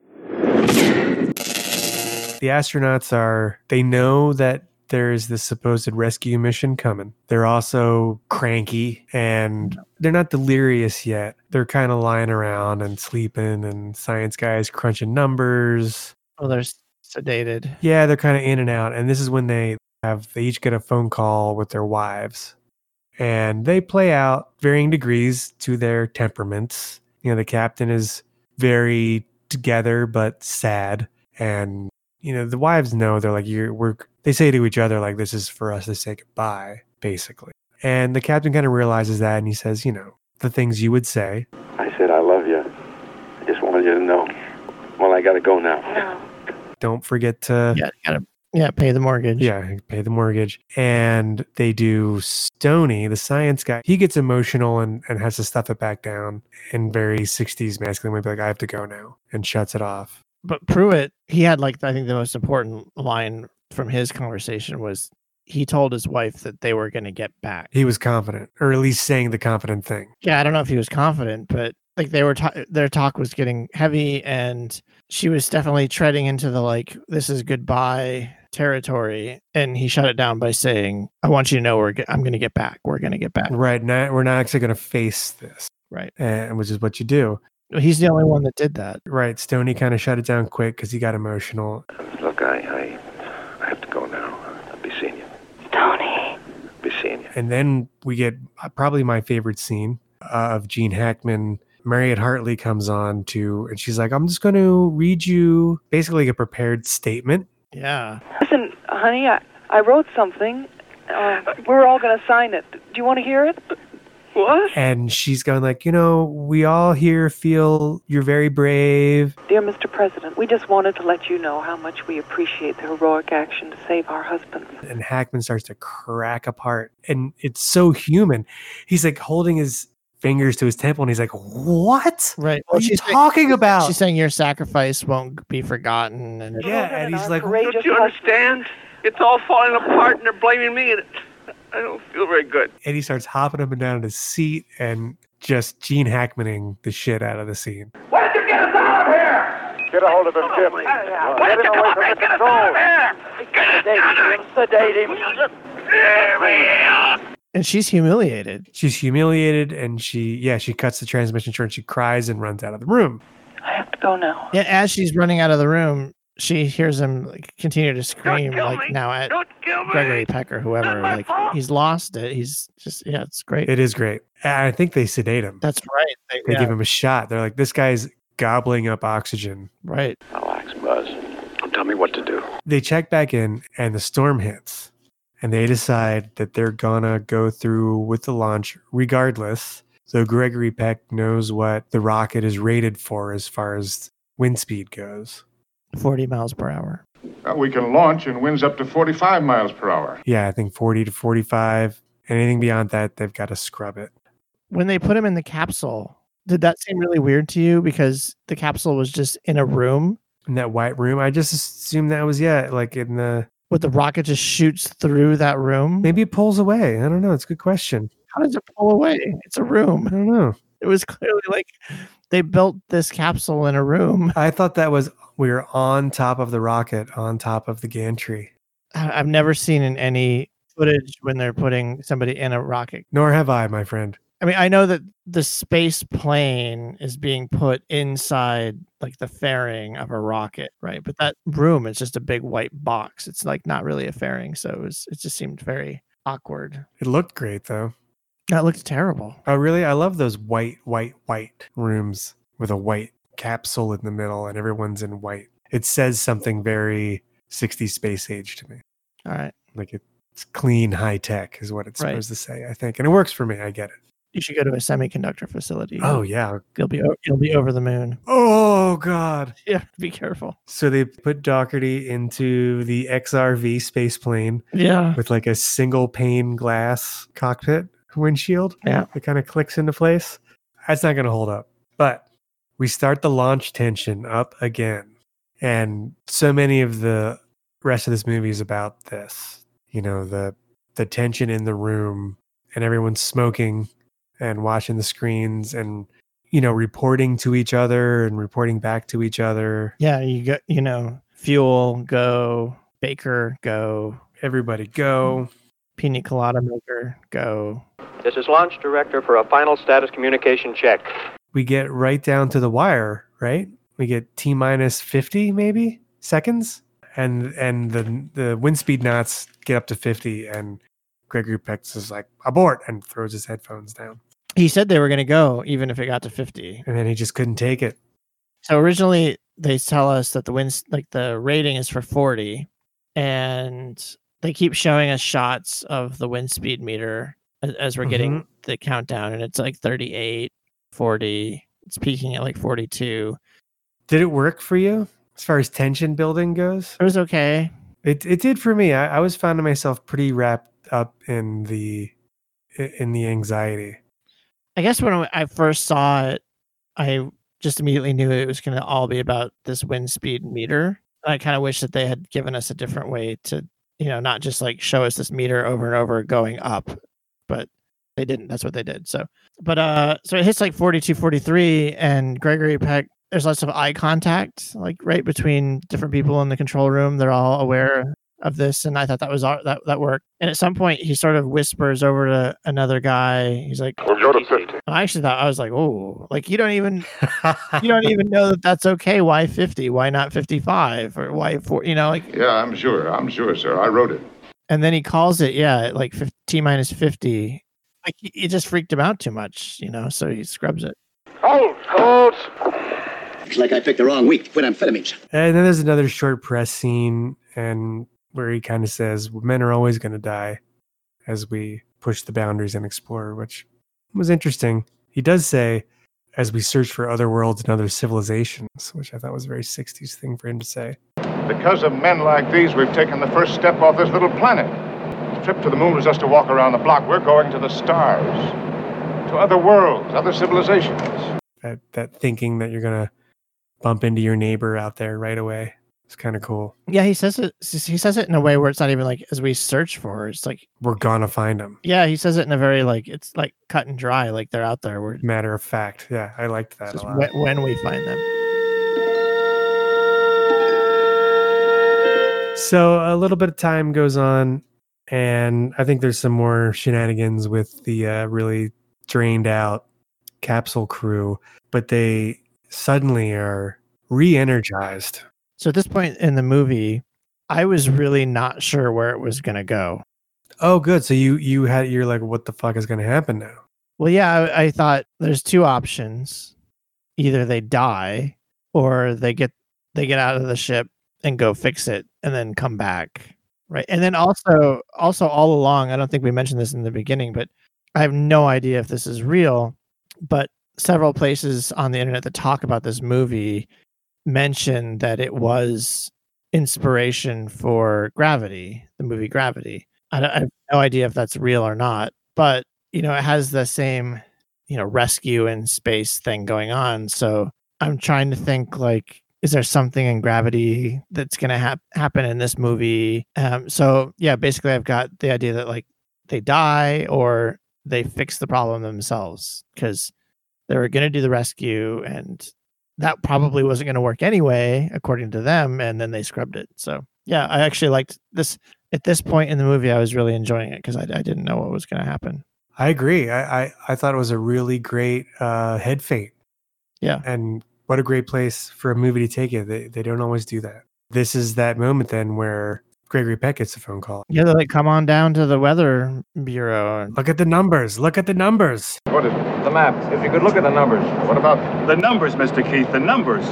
[SPEAKER 1] The astronauts are, they know that there is this supposed rescue mission coming. They're also cranky and they're not delirious yet. They're kind of lying around and sleeping, and science guys crunching numbers.
[SPEAKER 6] Well, they're s- Oh, sedated.
[SPEAKER 1] Yeah, they're kind of in and out. And this is when they have, they each get a phone call with their wives. And they play out varying degrees to their temperaments. You know, the captain is very together but sad. And, you know, the wives know they're like, you're, we're, they say to each other, like, this is for us to say goodbye, basically. And the captain kind of realizes that and he says, you know, the things you would say.
[SPEAKER 17] I said, I love you. I just wanted you to know. Well, I gotta go now.
[SPEAKER 1] Don't forget to
[SPEAKER 6] Yeah, gotta yeah, pay the mortgage.
[SPEAKER 1] Yeah, pay the mortgage. And they do Stony, the science guy. He gets emotional and, and has to stuff it back down in very 60s masculine way. Be like, I have to go now and shuts it off.
[SPEAKER 6] but Pruitt, he had like I think the most important line from his conversation was he told his wife that they were going to get back.
[SPEAKER 1] He was confident, or at least saying the confident thing.
[SPEAKER 6] Yeah, I don't know if he was confident, but like they were ta- their talk was getting heavy and she was definitely treading into the like this is goodbye territory and he shut it down by saying I want you to know we're g- I'm going to get back. We're going to get back.
[SPEAKER 1] Right. Now we're not actually going to face this,
[SPEAKER 6] Right.
[SPEAKER 1] and, which is what you do.
[SPEAKER 6] He's the only one that did that.
[SPEAKER 1] Right. Stony kind of shut it down quick because he got emotional.
[SPEAKER 17] Look, I, I, I have to go now. I'll be seeing you.
[SPEAKER 4] Tony.
[SPEAKER 17] Be seeing you.
[SPEAKER 1] And then we get uh, probably my favorite scene uh, of Gene Hackman. Marriott Hartley comes on to, and she's like, I'm just going to read you basically a prepared statement.
[SPEAKER 6] Yeah.
[SPEAKER 19] Listen, honey, I, I wrote something. Uh, we're all going to sign it. Do you want to hear it? What?
[SPEAKER 1] And she's going like, you know, we all here feel you're very brave.
[SPEAKER 19] Dear Mr. President, we just wanted to let you know how much we appreciate the heroic action to save our husbands.
[SPEAKER 1] And Hackman starts to crack apart. And it's so human. He's like holding his fingers to his temple and he's like, What?
[SPEAKER 6] Right.
[SPEAKER 1] What are you talking about?
[SPEAKER 6] She's saying your sacrifice won't be forgotten. And
[SPEAKER 1] yeah. And he's like,
[SPEAKER 19] Courageous
[SPEAKER 20] Don't you
[SPEAKER 19] husband.
[SPEAKER 20] understand? It's all falling apart and they're blaming me, and it, I don't feel very good.
[SPEAKER 1] and he starts hopping up and down in his seat and just Gene Hackmaning the shit out of the scene.
[SPEAKER 15] Why did you get us out of here? Get a hold of him,
[SPEAKER 5] Oh,
[SPEAKER 15] Jim. Get him away from the control. Sedate him. Here we are.
[SPEAKER 6] And she's humiliated.
[SPEAKER 1] She's humiliated and she, yeah, she cuts the transmission short and she cries and runs out of the room.
[SPEAKER 19] I have to go now.
[SPEAKER 6] Yet as she's running out of the room, she hears him like, continue to scream like now at Gregory Peck or whoever. Like he's lost it. He's just yeah, it's great.
[SPEAKER 1] It is great. And I think they sedate him.
[SPEAKER 6] That's right. They,
[SPEAKER 1] They
[SPEAKER 6] yeah,
[SPEAKER 1] give him a shot. They're like, this guy's gobbling up oxygen.
[SPEAKER 6] right.
[SPEAKER 13] Relax, Buzz. Don't tell me what to do.
[SPEAKER 1] They check back in and the storm hits. And they decide that they're gonna go through with the launch regardless. So Gregory Peck knows what the rocket is rated for as far as wind speed goes.
[SPEAKER 6] Forty miles per hour.
[SPEAKER 9] Well, we can launch in winds up to 45 miles per hour.
[SPEAKER 1] Yeah, I think 40 to 45. Anything beyond that, they've got to scrub it.
[SPEAKER 6] When they put him in the capsule, did that seem really weird to you? Because the capsule was just in a room
[SPEAKER 1] In that white room, I just assumed that was, yeah, like in the.
[SPEAKER 6] with the rocket just shoots through that room.
[SPEAKER 1] Maybe it pulls away. I don't know. It's a good question.
[SPEAKER 6] How does it pull away? It's a room.
[SPEAKER 1] I don't know.
[SPEAKER 6] It was clearly like they built this capsule in a room.
[SPEAKER 1] I thought that was we were on top of the rocket, on top of the gantry.
[SPEAKER 6] I- I've never seen in any footage when they're putting somebody in a rocket.
[SPEAKER 1] Nor have I, my friend.
[SPEAKER 6] I mean, I know that the space plane is being put inside like the fairing of a rocket, right? But that room is just a big white box. It's like not really a fairing, so it was it just seemed very awkward.
[SPEAKER 1] It looked great though.
[SPEAKER 6] That looked terrible.
[SPEAKER 1] Oh, really? I love those white, white, white rooms with a white capsule in the middle and everyone's in white. It says something very 60s space age to me.
[SPEAKER 6] All right.
[SPEAKER 1] Like it's clean, high tech is what it's
[SPEAKER 6] Right.
[SPEAKER 1] supposed to say, I think. And it works for me. I get it.
[SPEAKER 6] You should go to a semiconductor facility.
[SPEAKER 1] Oh, yeah.
[SPEAKER 6] You'll be o- you'll be over the moon.
[SPEAKER 1] Oh, God.
[SPEAKER 6] Yeah, be careful.
[SPEAKER 1] So they put Doherty into the XRV space plane
[SPEAKER 6] Yeah.
[SPEAKER 1] with like a single pane glass cockpit windshield.
[SPEAKER 6] Yeah.
[SPEAKER 1] It kind of clicks into place. That's not going to hold up. But we start the launch tension up again. And so many of the rest of this movie is about this. You know, the the tension in the room and everyone's smoking and watching the screens and you know, reporting to each other and reporting back to each other.
[SPEAKER 6] Yeah, you got you know, fuel go, baker go,
[SPEAKER 1] Everybody go.
[SPEAKER 6] pina colada maker go.
[SPEAKER 21] This is launch director for a final status communication check.
[SPEAKER 1] we get right down to the wire, right? We get T minus 50 maybe seconds and and the the wind speed knots get up to 50 and Gregory Peck is like abort and throws his headphones down.
[SPEAKER 6] He said they were going to go even if it got to 50.
[SPEAKER 1] And then he just couldn't take it.
[SPEAKER 6] So originally they tell us that the winds like the rating is for 40 and they keep showing us shots of the wind speed meter a- as we're getting the countdown and it's like 38, 40, it's peaking at like 42.
[SPEAKER 1] Did it work for you as far as tension building goes?
[SPEAKER 6] It was okay.
[SPEAKER 1] It it did for me. I, I was finding myself pretty wrapped up in the i- in the anxiety.
[SPEAKER 6] I guess when I I first saw it, I just immediately knew it was going to all be about this wind speed meter. And I kind of wish that they had given us a different way to, you know, not just like show us this meter over and over going up, but they didn't. That's what they did. So, but uh, so it hits like 42, 43, and Gregory Peck, there's lots of eye contact, like right between different people in the control room. They're all aware of this. And I thought that was all that, that worked. And at some point, he sort of whispers over to another guy. He's like,
[SPEAKER 20] We'll go to 50.
[SPEAKER 6] and I actually thought I was like, oh, like you don't even you don't even know that that's okay. Why fifty? Why not fifty five or why four? You know, like.
[SPEAKER 9] Yeah, I'm sure. I'm sure, sir. I wrote it.
[SPEAKER 6] And then he calls it, yeah, at like fifty minus fifty. Like he- it just freaked him out too much, you know. So he scrubs it.
[SPEAKER 20] Hold! Hold!
[SPEAKER 22] It's like I picked the wrong week to quit amphetamines.
[SPEAKER 1] And then there's another short press scene, and where he kind of says, "Men are always going to die," as we push the boundaries and explore, which It was interesting. He does say, as we search for other worlds and other civilizations, which I thought was a very 60s thing for him to say.
[SPEAKER 14] Because of men like these, we've taken the first step off this little planet. The trip to the moon was just a walk around the block. We're going to the stars, to other worlds, other civilizations.
[SPEAKER 1] That, that thinking that you're going to bump into your neighbor out there right away. It's kind of cool.
[SPEAKER 6] Yeah, he says it. He says it in a way where it's not even like as we search for. her, It's like
[SPEAKER 1] We're going to find him.
[SPEAKER 6] yeah, he says it in a very like it's like cut and dry. Like they're out there. We're
[SPEAKER 1] Matter of fact. Yeah, I liked that a lot.
[SPEAKER 6] when, when we find them.
[SPEAKER 1] So a little bit of time goes on, and I think there's some more shenanigans with the uh, really drained out capsule crew, but they suddenly are re energized.
[SPEAKER 6] So at this point in the movie, I was really not sure where it was going to go.
[SPEAKER 1] Oh, good. So you you had you're like, what the fuck is going to happen now?
[SPEAKER 6] Well, yeah, I, I thought there's two options: either they die, or they get they get out of the ship and go fix it, and then come back, right? And then also also all along, I don't think we mentioned this in the beginning, but I have no idea if this is real, but several places on the internet that talk about this movie mention that it was inspiration for Gravity, the movie Gravity. I, don't, I have no idea if that's real or not, but you know, it has the same you know rescue in space thing going on. So I'm trying to think like, is there something in Gravity that's going to hap- happen in this movie? Um, so yeah, basically, I've got the idea that like they die or they fix the problem themselves because they were going to do the rescue and that probably wasn't going to work anyway according to them and then they scrubbed it so yeah i actually liked this at this point in the movie i was really enjoying it because I, I didn't know what was going to happen
[SPEAKER 1] I agree. I, I, I thought it was a really great uh, head fake.
[SPEAKER 6] Yeah.
[SPEAKER 1] And what a great place for a movie to take it. They, they don't always do that. This is that moment then where Gregory Peck gets a phone call.
[SPEAKER 6] yeah they're like come on down to the weather bureau and
[SPEAKER 1] Look at the numbers. Look at the numbers.
[SPEAKER 14] What is it? The maps. If you could look at the numbers. What about the numbers, Mr. Keith? The numbers.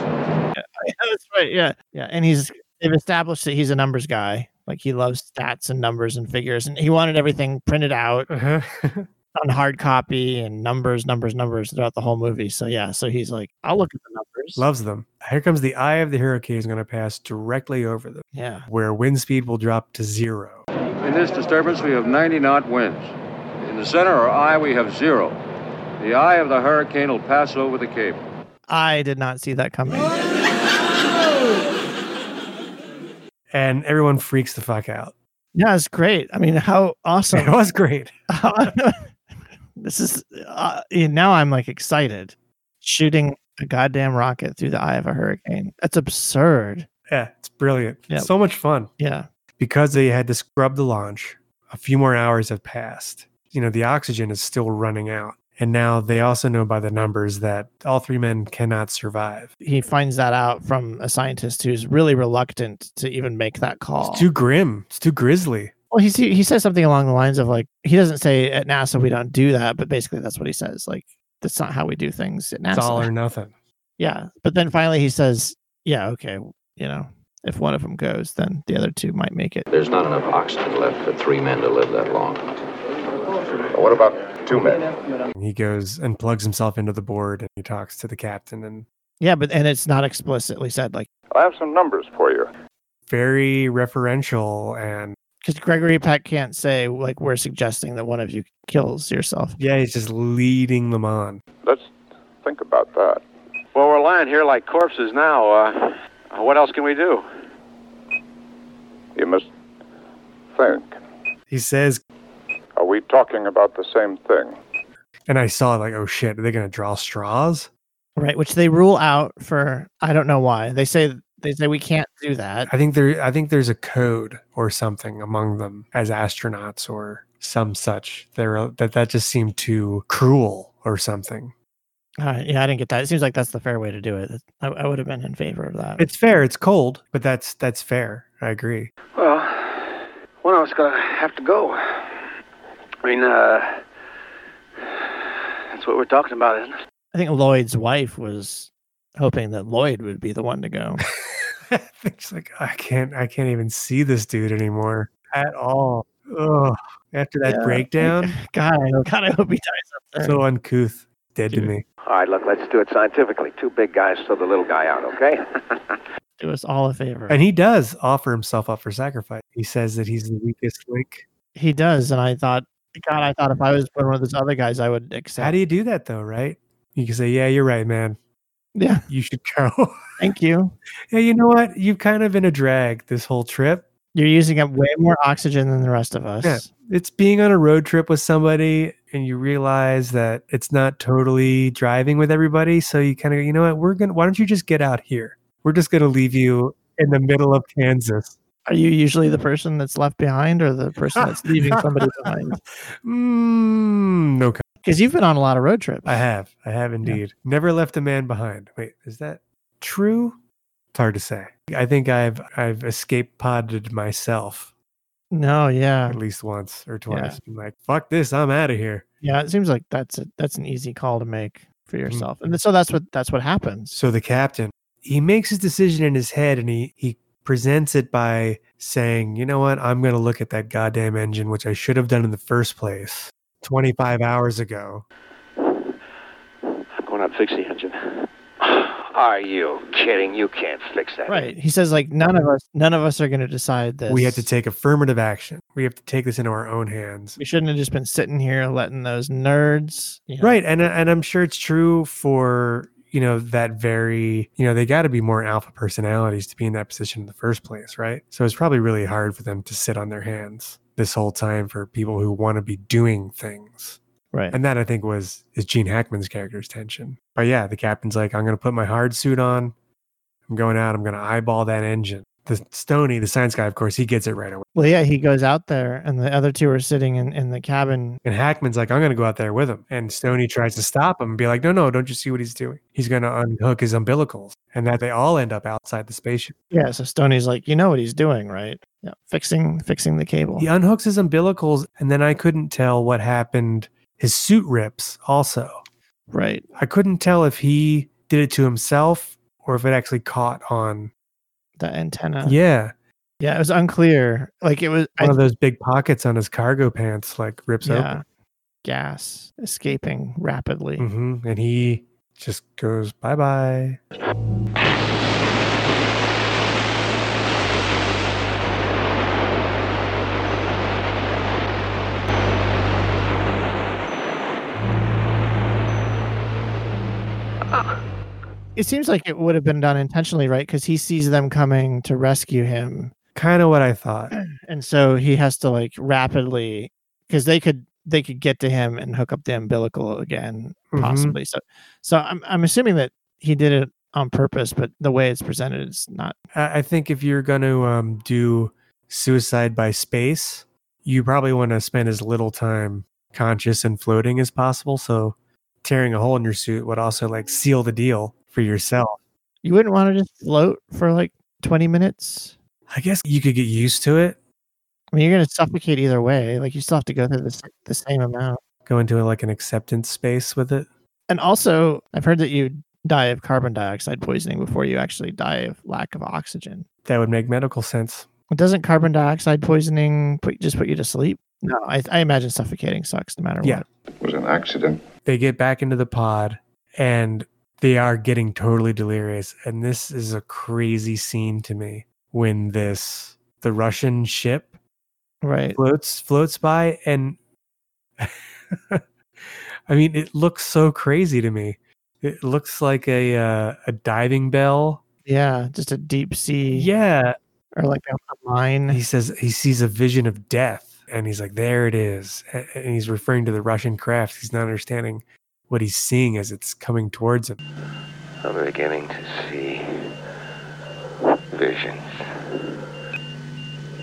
[SPEAKER 6] that's right yeah yeah and he's they've established that he's a numbers guy like he loves stats and numbers and figures and he wanted everything printed out on hard copy and numbers numbers numbers throughout the whole movie so yeah so he's like i'll look at the numbers
[SPEAKER 1] Loves them. Here comes the eye of the hurricane is going to pass directly over them,
[SPEAKER 6] yeah
[SPEAKER 1] where wind speed will drop to zero.
[SPEAKER 23] In this disturbance, we have 90 knot winds. In the center or eye, we have zero. The eye of the hurricane will pass over the Cape.
[SPEAKER 6] i did not see that coming
[SPEAKER 1] And everyone freaks the fuck out.
[SPEAKER 6] Yeah, it's great. I mean, how awesome!
[SPEAKER 1] It was great.
[SPEAKER 6] this is uh, yeah, now I'm like excited. Shooting a goddamn rocket through the eye of a hurricane. That's absurd.
[SPEAKER 1] Yeah, it's brilliant.
[SPEAKER 6] Yeah.
[SPEAKER 1] So much fun.
[SPEAKER 6] Yeah,
[SPEAKER 1] Because they had to scrub the launch, a few more hours have passed. You know, the oxygen is still running out. And now they also know by the numbers that all three men cannot survive.
[SPEAKER 6] he finds that out from a scientist who's really reluctant to even make that call.
[SPEAKER 1] It's too grim. It's too grisly.
[SPEAKER 6] well, he he says something along the lines of like he doesn't say at NASA we don't do that, but basically that's what he says. Like that's not how we do things at NASA.
[SPEAKER 1] It's all or nothing.
[SPEAKER 6] Yeah, but then finally he says, "Yeah, okay, you know, if one of them goes, then the other two might make it."
[SPEAKER 5] There's not enough oxygen left for three men to live that long.
[SPEAKER 14] What about two men?
[SPEAKER 1] And he goes and plugs himself into the board and he talks to the captain and
[SPEAKER 6] Yeah, but and it's not explicitly said like
[SPEAKER 14] I have some numbers for you.
[SPEAKER 1] very referential and
[SPEAKER 6] because Gregory Peck can't say like we're suggesting that one of you kills yourself.
[SPEAKER 1] yeah, he's just leading them on.
[SPEAKER 14] Let's think about that.
[SPEAKER 23] Well, we're lying here like corpses now. Uh, what else can we do?
[SPEAKER 14] You must think.
[SPEAKER 1] He says,
[SPEAKER 14] Are we talking about the same thing?
[SPEAKER 1] and I saw like, oh shit, are they gonna draw straws?
[SPEAKER 6] Right, which they rule out for I don't know why. They say they say we can't do that.
[SPEAKER 1] I think there I think there's a code or something among them as astronauts or some such. There that that just seemed too cruel or something.
[SPEAKER 6] Uh, yeah, I didn't get that. It seems like that's the fair way to do it. I, I would have been in favor of that.
[SPEAKER 1] It's fair, it's cold, but that's that's fair. I agree.
[SPEAKER 23] Well, one of us gonna have to go. I mean, uh, that's what we're talking about, isn't it?
[SPEAKER 6] I think Lloyd's wife was hoping that Lloyd would be the one to go.
[SPEAKER 1] It's like I can't I can't even see this dude anymore at all. Oh, after that
[SPEAKER 6] Yeah.
[SPEAKER 1] breakdown,
[SPEAKER 6] God, I- God, I hope he dies up there.
[SPEAKER 1] so uncouth, dead to me.
[SPEAKER 5] All right, look, let's do it scientifically. Two big guys throw the little guy out, okay?
[SPEAKER 6] do us all a favor.
[SPEAKER 1] And he does offer himself up for sacrifice. He says that he's the weakest link.
[SPEAKER 6] He does, and I thought, God, I thought if I was one of those other guys, I would accept.
[SPEAKER 1] How do you do that though, right? You can say, "Yeah, you're right, man.
[SPEAKER 6] Yeah,
[SPEAKER 1] you should go."
[SPEAKER 6] Thank you.
[SPEAKER 1] yeah, you know what? You've kind of been a drag this whole trip.
[SPEAKER 6] You're using up way more oxygen than the rest of us.
[SPEAKER 1] Yeah, it's being on a road trip with somebody and you realize that it's not totally driving with everybody. So you kind of go, you know what? We're going to, why don't you just get out here? We're just going to leave you in the middle of Kansas.
[SPEAKER 6] Are you usually the person that's left behind, or the person that's leaving somebody behind?
[SPEAKER 1] Mm, no.
[SPEAKER 6] Because you've been on a lot of road trips.
[SPEAKER 1] I have. I have indeed. Never left a man behind. Wait, is that true? It's hard to say. I think I've, I've escape podded myself
[SPEAKER 6] No, yeah,
[SPEAKER 1] at least once or twice. Been like, fuck this. I'm out of here.
[SPEAKER 6] yeah. It seems like that's a, that's an easy call to make for yourself, and so that's what that's what happens.
[SPEAKER 1] Mm-hmm. So the captain, he makes his decision in his head and he he presents it by saying, "You know what? I'm going to look at that goddamn engine which I should have done in the first place 25 hours ago."
[SPEAKER 5] I'm going out and fix the engine. Are you kidding? You can't fix that.
[SPEAKER 6] Right. He says like none of us none of us are going to decide this.
[SPEAKER 1] We have to take affirmative action. We have to take this into our own hands.
[SPEAKER 6] We shouldn't have just been sitting here letting those nerds. You know,
[SPEAKER 1] Right. And and I'm sure it's true for you know that very you know they got to be more alpha personalities to be in that position in the first place right so it's probably really hard for them to sit on their hands this whole time for people who want to be doing things
[SPEAKER 6] Right.
[SPEAKER 1] And that I think was is Gene Hackman's character's tension. But yeah, the captain's like, I'm gonna put my hard suit on. I'm going out, I'm gonna eyeball that engine. The Stony, the science guy, of course, he gets it right away.
[SPEAKER 6] Well, yeah, he goes out there, and the other two are sitting in, in the cabin.
[SPEAKER 1] And Hackman's like, I'm gonna go out there with him. And Stony tries to stop him and be like, No, no, don't you see what he's doing? He's gonna unhook his umbilicals. And that they all end up outside the spaceship.
[SPEAKER 6] Yeah, so Stoney's like, you know what he's doing, right? Yeah, fixing fixing the cable.
[SPEAKER 1] He unhooks his umbilicals, and then I couldn't tell what happened. His suit rips also.
[SPEAKER 6] Right.
[SPEAKER 1] I couldn't tell if he did it to himself or if it actually caught on.
[SPEAKER 6] The antenna.
[SPEAKER 1] Yeah.
[SPEAKER 6] Yeah, it was unclear. Like it was I-
[SPEAKER 1] One of those big pockets on his cargo pants like rips
[SPEAKER 6] yeah,
[SPEAKER 1] open.
[SPEAKER 6] gas escaping rapidly.
[SPEAKER 1] hmm And he just goes, bye bye.
[SPEAKER 6] It seems like it would have been done intentionally, right? Because he sees them coming to rescue him,
[SPEAKER 1] Kind of what I thought.
[SPEAKER 6] and so he has to like rapidly because they could they could get to him and hook up the umbilical again,
[SPEAKER 1] Mhm.
[SPEAKER 6] possibly. So, so I'm I'm assuming that he did it on purpose, but the way it's presented, it's not
[SPEAKER 1] I, I think if you're going to um, do suicide by space, you probably want to spend as little time conscious and floating as possible. So tearing a hole in your suit would also like seal the deal for yourself.
[SPEAKER 6] You wouldn't want to just float for like 20 minutes?
[SPEAKER 1] I guess you could get used to it.
[SPEAKER 6] I mean, you're going to suffocate either way. Like, you still have to go through the, s- the same amount.
[SPEAKER 1] Go into like an acceptance space with it.
[SPEAKER 6] And also, I've heard that you die of carbon dioxide poisoning before you actually die of lack of oxygen.
[SPEAKER 1] That would make medical sense.
[SPEAKER 6] Doesn't carbon dioxide poisoning put, just put you to sleep? No, I, I imagine suffocating sucks no matter
[SPEAKER 1] Yeah.
[SPEAKER 6] what.
[SPEAKER 9] was an accident.
[SPEAKER 1] they get back into the pod and they are getting totally delirious and this is a crazy scene to me when this the russian ship
[SPEAKER 6] Right.
[SPEAKER 1] floats floats by and i mean it looks so crazy to me it looks like a uh, a diving bell
[SPEAKER 6] Yeah. Just a deep sea
[SPEAKER 1] yeah
[SPEAKER 6] or like a, a mine.
[SPEAKER 1] he says he sees a vision of death and he's like there it is A- and he's referring to the russian craft he's not understanding what he's seeing as it's coming towards him
[SPEAKER 5] I'm beginning to see visions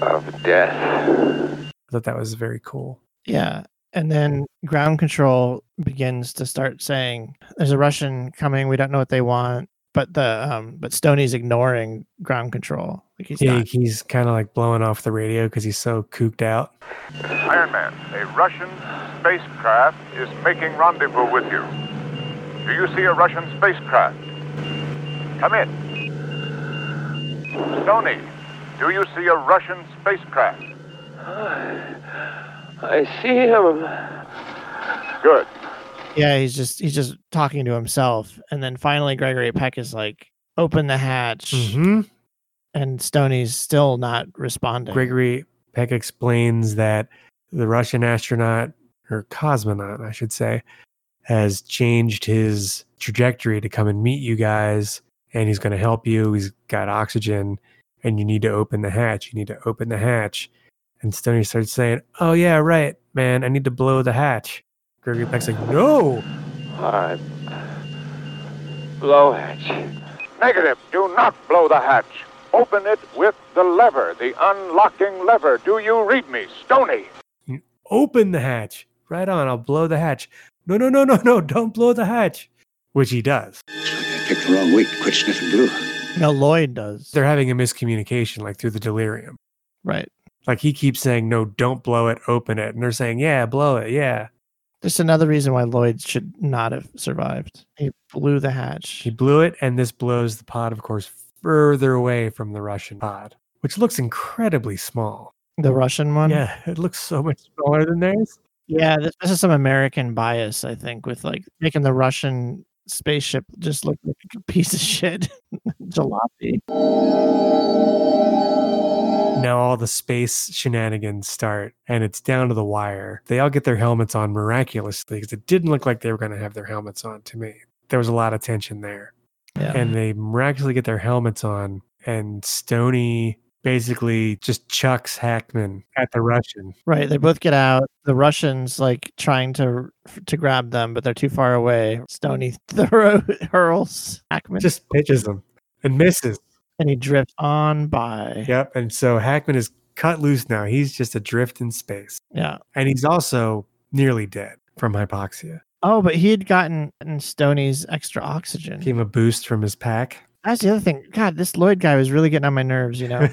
[SPEAKER 5] of death.
[SPEAKER 1] I thought that was very cool.
[SPEAKER 6] Yeah. And then ground control begins to start saying, There's a Russian coming, we don't know what they want. But the um but Stoney's ignoring ground control. Like he's
[SPEAKER 1] yeah,
[SPEAKER 6] not
[SPEAKER 1] he's kind of like blowing off the radio because he's so cooped out.
[SPEAKER 14] Iron Man, a Russian spacecraft is making rendezvous with you. Do you see a Russian spacecraft? Come in. Sony, do you see a Russian spacecraft?
[SPEAKER 5] I see him. Good.
[SPEAKER 6] Yeah, he's just he's just talking to himself, and then finally Gregory Peck is like, "Open the hatch,"
[SPEAKER 1] Mm-hmm.
[SPEAKER 6] and Stoney's still not responding.
[SPEAKER 1] Gregory Peck explains that the Russian astronaut, or cosmonaut, I should say, has changed his trajectory to come and meet you guys, and he's going to help you. He's got oxygen, and you need to open the hatch. You need to open the hatch. And Stoney starts saying, Oh, yeah, right, man. I need to blow the hatch. Gregory Peck's like, No.
[SPEAKER 5] All right. Blow hatch.
[SPEAKER 14] Negative. Do not blow the hatch. Open it with the lever, the unlocking lever. Do you read me, Stony?
[SPEAKER 1] Open the hatch. Right on. I'll blow the hatch. No, no, no, no, no. Don't blow the hatch. Which he does.
[SPEAKER 22] I picked the wrong week. Quit sniffing glue.
[SPEAKER 6] No, Lloyd does.
[SPEAKER 1] They're having a miscommunication, like through the delirium.
[SPEAKER 6] Right.
[SPEAKER 1] Like he keeps saying, No, don't blow it. Open it. And they're saying, Yeah, blow it. Yeah.
[SPEAKER 6] Just another reason why Lloyd should not have survived. He blew the hatch.
[SPEAKER 1] He blew it, and this blows the pod, of course, further away from the Russian pod, which looks incredibly small.
[SPEAKER 6] The Russian one?
[SPEAKER 1] Yeah, it looks so much smaller than theirs.
[SPEAKER 6] Yeah, this, this is some American bias, I think, with like making the Russian spaceship just look like a piece of shit jalopy.
[SPEAKER 1] Now all the space shenanigans start, and it's down to the wire. They all get their helmets on miraculously because it didn't look like they were going to have their helmets on to me. There was a lot of tension there.
[SPEAKER 6] Yeah.
[SPEAKER 1] And they miraculously get their helmets on, and Stony basically just chucks Hackman at the Russian.
[SPEAKER 6] Right, they both get out. The Russians like trying to to grab them, but they're too far away. Stony throw hurls Hackman,
[SPEAKER 1] Just pitches him and misses.
[SPEAKER 6] and he drifts on by.
[SPEAKER 1] Yep. And so Hackman is cut loose now. He's just adrift in space.
[SPEAKER 6] Yeah.
[SPEAKER 1] And he's also nearly dead from hypoxia.
[SPEAKER 6] Oh, but he had gotten Stony's extra oxygen.
[SPEAKER 1] Gave him a boost from his pack.
[SPEAKER 6] That's the other thing. God, this Lloyd guy was really getting on my nerves, you know.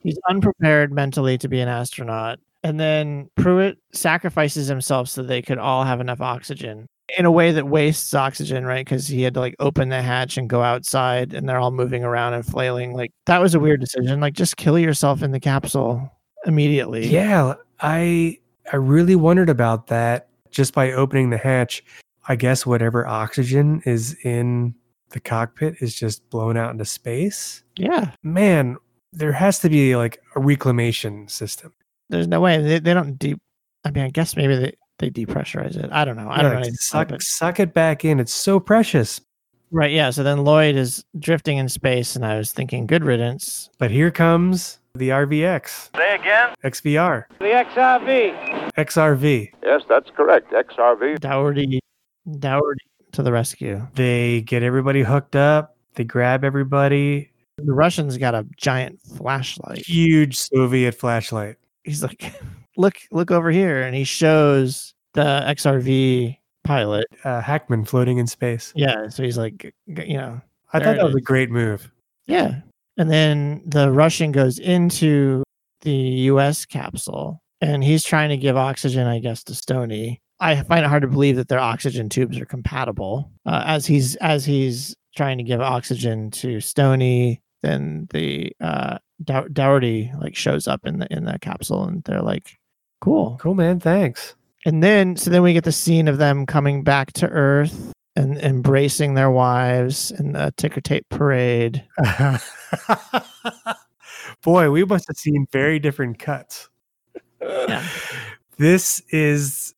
[SPEAKER 6] He's unprepared mentally to be an astronaut. And then Pruitt sacrifices himself so they could all have enough oxygen in a way that wastes oxygen, right? Because he had to like open the hatch and go outside and they're all moving around and flailing. Like that was a weird decision. Like just kill yourself in the capsule immediately.
[SPEAKER 1] Yeah, I I really wondered about that just by opening the hatch. I guess whatever oxygen is in the cockpit is just blown out into space.
[SPEAKER 6] Yeah.
[SPEAKER 1] Man, there has to be like a reclamation system.
[SPEAKER 6] There's no way. They, they don't deep. I mean, I guess maybe they, they depressurize it. I don't know. I
[SPEAKER 1] Yeah,
[SPEAKER 6] don't know. anything about
[SPEAKER 1] suck,
[SPEAKER 6] it.
[SPEAKER 1] suck it back in. It's so precious.
[SPEAKER 6] Right. Yeah. So then Lloyd is drifting in space, and I was thinking, good riddance.
[SPEAKER 1] But here comes the RVX,
[SPEAKER 20] Say again?
[SPEAKER 1] XVR,
[SPEAKER 20] The XRV.
[SPEAKER 1] XRV.
[SPEAKER 5] Yes, that's correct. XRV.
[SPEAKER 6] Dougherty, Dougherty to the rescue.
[SPEAKER 1] They get everybody hooked up. They grab everybody.
[SPEAKER 6] The Russians got a giant flashlight.
[SPEAKER 1] Huge Soviet flashlight.
[SPEAKER 6] He's like, look, look over here, and he shows the XRV pilot.
[SPEAKER 1] Uh, Hackman floating in space.
[SPEAKER 6] Yeah. So he's like, g- you know,
[SPEAKER 1] I
[SPEAKER 6] there
[SPEAKER 1] thought
[SPEAKER 6] it
[SPEAKER 1] that was a
[SPEAKER 6] is.
[SPEAKER 1] great move.
[SPEAKER 6] Yeah. And then the Russian goes into the US capsule and he's trying to give oxygen, I guess, to Stony. I find it hard to believe that their oxygen tubes are compatible. Uh, as he's as he's trying to give oxygen to Stony, then the uh, Dow- Dougherty like shows up in the in the capsule, and they're like, "Cool,
[SPEAKER 1] Cool, man. Thanks.
[SPEAKER 6] and then so then we get the scene of them coming back to Earth and embracing their wives in the ticker tape parade.
[SPEAKER 1] Boy, we must have seen very different cuts.
[SPEAKER 6] Yeah.
[SPEAKER 1] This is,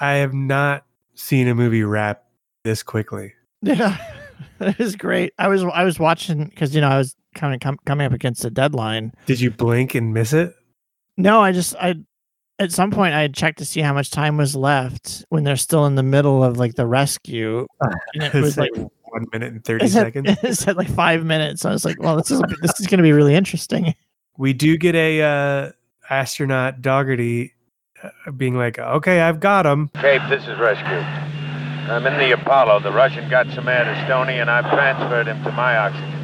[SPEAKER 1] I have not seen a movie wrap this quickly.
[SPEAKER 6] Yeah, it was great. I was I was watching because you know I was kind of com- coming up against a deadline.
[SPEAKER 1] Did you blink and miss it?
[SPEAKER 6] No, I just I at some point I had checked to see how much time was left when they're still in the middle of like the rescue, and
[SPEAKER 1] It's
[SPEAKER 6] it was like.
[SPEAKER 1] one minute and 30
[SPEAKER 6] It said,
[SPEAKER 1] seconds.
[SPEAKER 6] it said like five minutes. I was like, "Well, this is this is going to be really interesting."
[SPEAKER 1] we do get a uh, astronaut Doggerty uh, being like, "Okay, I've got him."
[SPEAKER 10] Cape, this is rescue. I'm in the Apollo. The Russian got some air to Stoney, and I've transferred him to my oxygen.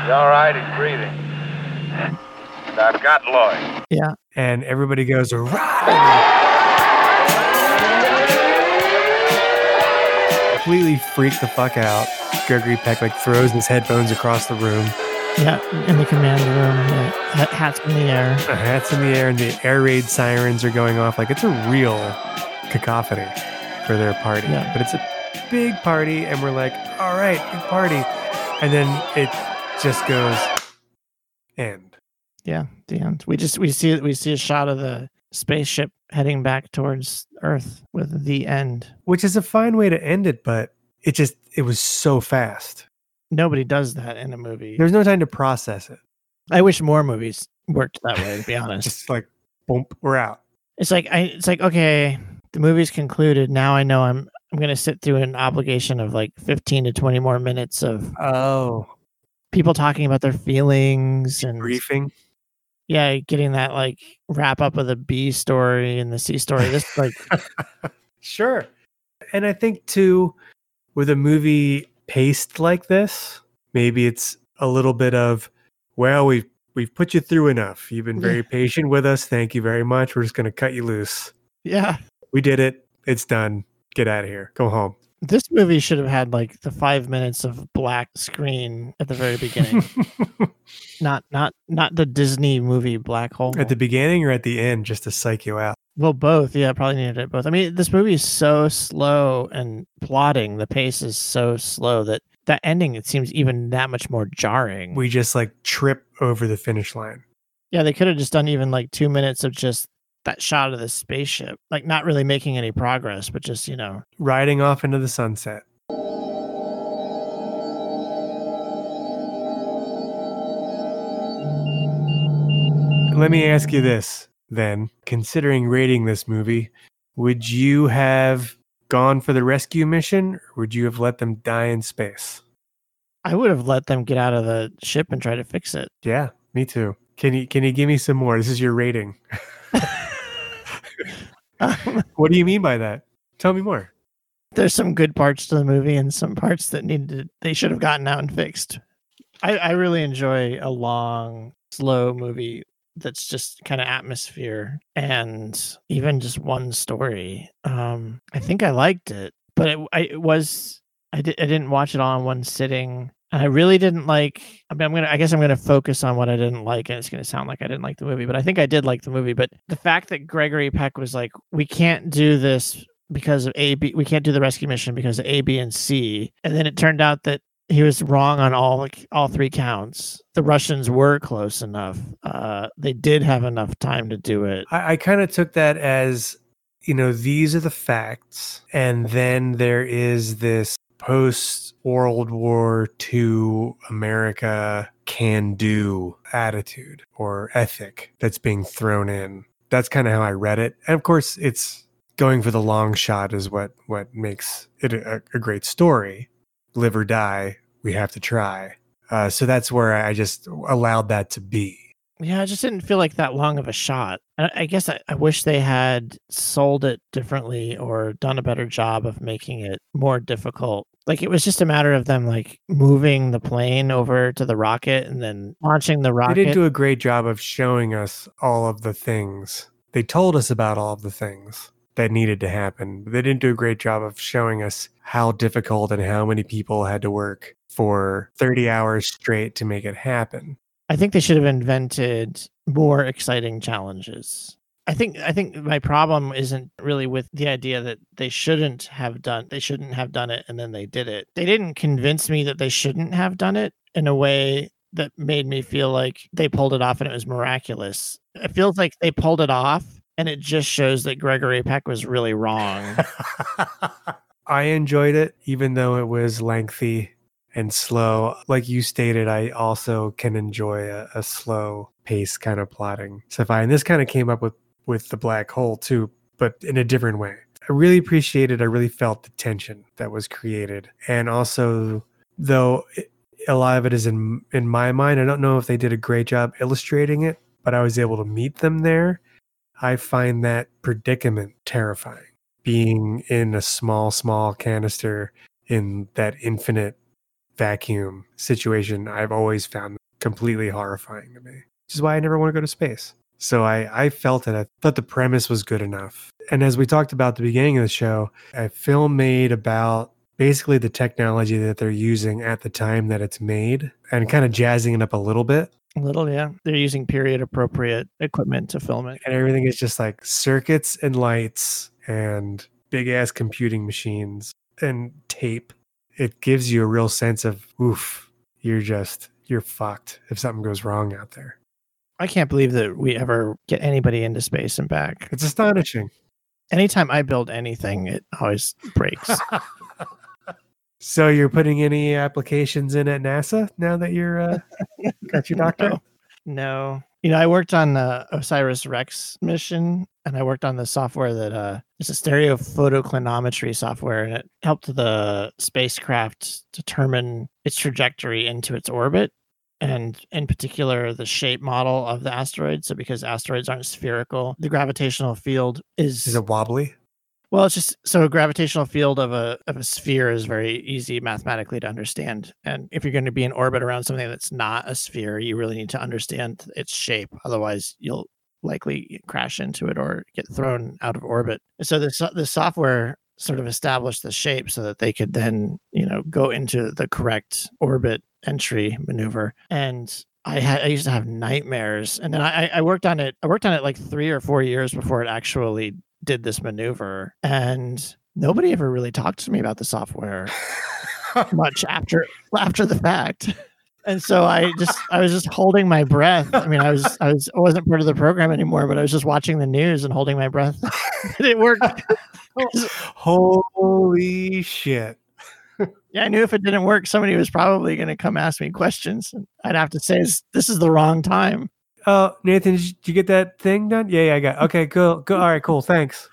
[SPEAKER 10] He's all right. He's breathing. And I've got Lloyd.
[SPEAKER 6] Yeah.
[SPEAKER 1] And everybody goes, "Rah!" Completely freaked the fuck out. Gregory Peck like throws his headphones across the room. Uh-huh.
[SPEAKER 6] Yeah, in the command room, the ha- hats in the air.
[SPEAKER 1] The hat's in the air, and the air raid sirens are going off. Like it's a real cacophony for their party.
[SPEAKER 6] Yeah.
[SPEAKER 1] But it's a big party, and we're like, all right, big party. And then it just goes end.
[SPEAKER 6] Yeah, the end. We just we see we see a shot of the spaceship heading back towards Earth with the end.
[SPEAKER 1] Which is a fine way to end it, but it just it was so fast.
[SPEAKER 6] Nobody does that in a movie.
[SPEAKER 1] There's no time to process it.
[SPEAKER 6] I wish more movies worked that way. To be honest,
[SPEAKER 1] Just like boom, we're out.
[SPEAKER 6] it's like I it's like okay, the movie's concluded. Now I know I'm I'm gonna sit through an obligation of like 15 to 20 more minutes of
[SPEAKER 1] oh
[SPEAKER 6] people talking about their feelings and
[SPEAKER 1] Briefing.
[SPEAKER 6] yeah, getting that like wrap up of the B story and the C story. This like
[SPEAKER 1] Sure. And I think too, with a movie paced like this, maybe it's a little bit of, well, we've we've put you through enough. You've been very patient with us. Thank you very much. We're just gonna cut you loose.
[SPEAKER 6] yeah,
[SPEAKER 1] We did it. It's done. Get out of here. Go home.
[SPEAKER 6] this movie should have had like the five minutes of black screen at the very beginning. not not not the Disney movie black hole.
[SPEAKER 1] At the beginning or at the end, just to psych you out.
[SPEAKER 6] Well, both. Yeah, probably needed it both. I mean, this movie is so slow and plotting. The pace is so slow that that ending it seems even that much more jarring.
[SPEAKER 1] We just like trip over the finish line.
[SPEAKER 6] yeah, they could have just done even like two minutes of just that shot of the spaceship, like not really making any progress, but just you know,
[SPEAKER 1] Riding off into the sunset. Let me ask you this then. Considering rating this movie, would you have gone for the rescue mission or would you have let them die in space?
[SPEAKER 6] I would have let them get out of the ship and try to fix it.
[SPEAKER 1] Yeah, me too. Can you can you give me some more? This is your rating.
[SPEAKER 6] Um,
[SPEAKER 1] what do you mean by that? Tell me more.
[SPEAKER 6] There's some good parts to the movie and some parts that needed they should have gotten out and fixed. I, I really enjoy a long, slow movie that's just kind of atmosphere and even just one story. Um, I think I liked it, but it, I, it was I, di- I didn't watch it all in one sitting. And I really didn't like. I mean, I'm gonna. I guess I'm gonna focus on what I didn't like, and it's gonna sound like I didn't like the movie, but I think I did like the movie. But the fact that Gregory Peck was like, "We can't do this because of A, B. We can't do the rescue mission because of A, B, and C," and then it turned out that he was wrong on all like, all three counts. The Russians were close enough. Uh, they did have enough time to do it.
[SPEAKER 1] I, I kind of took that as, you know, these are the facts, and then there is this post World War II America can do attitude or ethic that's being thrown in. That's kind of how I read it, and of course, it's going for the long shot is what what makes it a, a great story. Live or die, we have to try. Uh, so that's where I just allowed that to be.
[SPEAKER 6] Yeah, I just didn't feel like that long of a shot. I, I guess I, I wish they had sold it differently or done a better job of making it more difficult. Like it was just a matter of them like moving the plane over to the rocket and then launching the rocket.
[SPEAKER 1] They did do a great job of showing us all of the things. They told us about all of the things that needed to happen. But they didn't do a great job of showing us how difficult and how many people had to work for 30 hours straight to make it happen.
[SPEAKER 6] I think they should have invented more exciting challenges. I think I think my problem isn't really with the idea that they shouldn't have done they shouldn't have done it and then they did it. They didn't convince me that they shouldn't have done it in a way that made me feel like they pulled it off and it was miraculous. It feels like they pulled it off and it just shows that Gregory Peck was really wrong.
[SPEAKER 1] I enjoyed it, even though it was lengthy and slow. Like you stated, I also can enjoy a, a slow pace kind of plotting sci And this kind of came up with, with the black hole too, but in a different way. I really appreciated, I really felt the tension that was created. And also, though it, a lot of it is in in my mind, I don't know if they did a great job illustrating it, but I was able to meet them there. I find that predicament terrifying being in a small, small canister in that infinite vacuum situation, I've always found completely horrifying to me, which is why I never want to go to space. So I, I felt it. I thought the premise was good enough. And as we talked about at the beginning of the show, a film made about basically the technology that they're using at the time that it's made and kind of jazzing it up a little bit.
[SPEAKER 6] A little, yeah. They're using period appropriate equipment to film it.
[SPEAKER 1] And everything is just like circuits and lights and big ass computing machines and tape. It gives you a real sense of, oof, you're just, you're fucked if something goes wrong out there.
[SPEAKER 6] I can't believe that we ever get anybody into space and back.
[SPEAKER 1] It's astonishing.
[SPEAKER 6] Anytime I build anything, it always breaks.
[SPEAKER 1] So you're putting any applications in at NASA now that you're uh, got your doctorate?
[SPEAKER 6] No. You know, I worked on the OSIRIS REx mission and I worked on the software that uh it's a stereo photoclinometry software and it helped the spacecraft determine its trajectory into its orbit and in particular the shape model of the asteroid. So because asteroids aren't spherical, the gravitational field is
[SPEAKER 1] Is it wobbly?
[SPEAKER 6] well, it's just so a gravitational field of a of a sphere is very easy mathematically to understand. And if you're going to be in orbit around something that's not a sphere, you really need to understand its shape. Otherwise, you'll likely crash into it or get thrown out of orbit. So the so- the software sort of established the shape so that they could then you know go into the correct orbit entry maneuver. And I had I used to have nightmares. And then I I- I worked on it. I worked on it like three or four years before it actually did this maneuver and nobody ever really talked to me about the software much after after the fact and so i just i was just holding my breath i mean i was i was I wasn't part of the program anymore but i was just watching the news and holding my breath that it worked
[SPEAKER 1] holy shit
[SPEAKER 6] yeah i knew if it didn't work somebody was probably going to come ask me questions and i'd have to say "This- this is the wrong time
[SPEAKER 1] Oh, Nathan, did you- did you get that thing done? Yeah, yeah, I got. Okay, cool. Go. All right, cool. Thanks.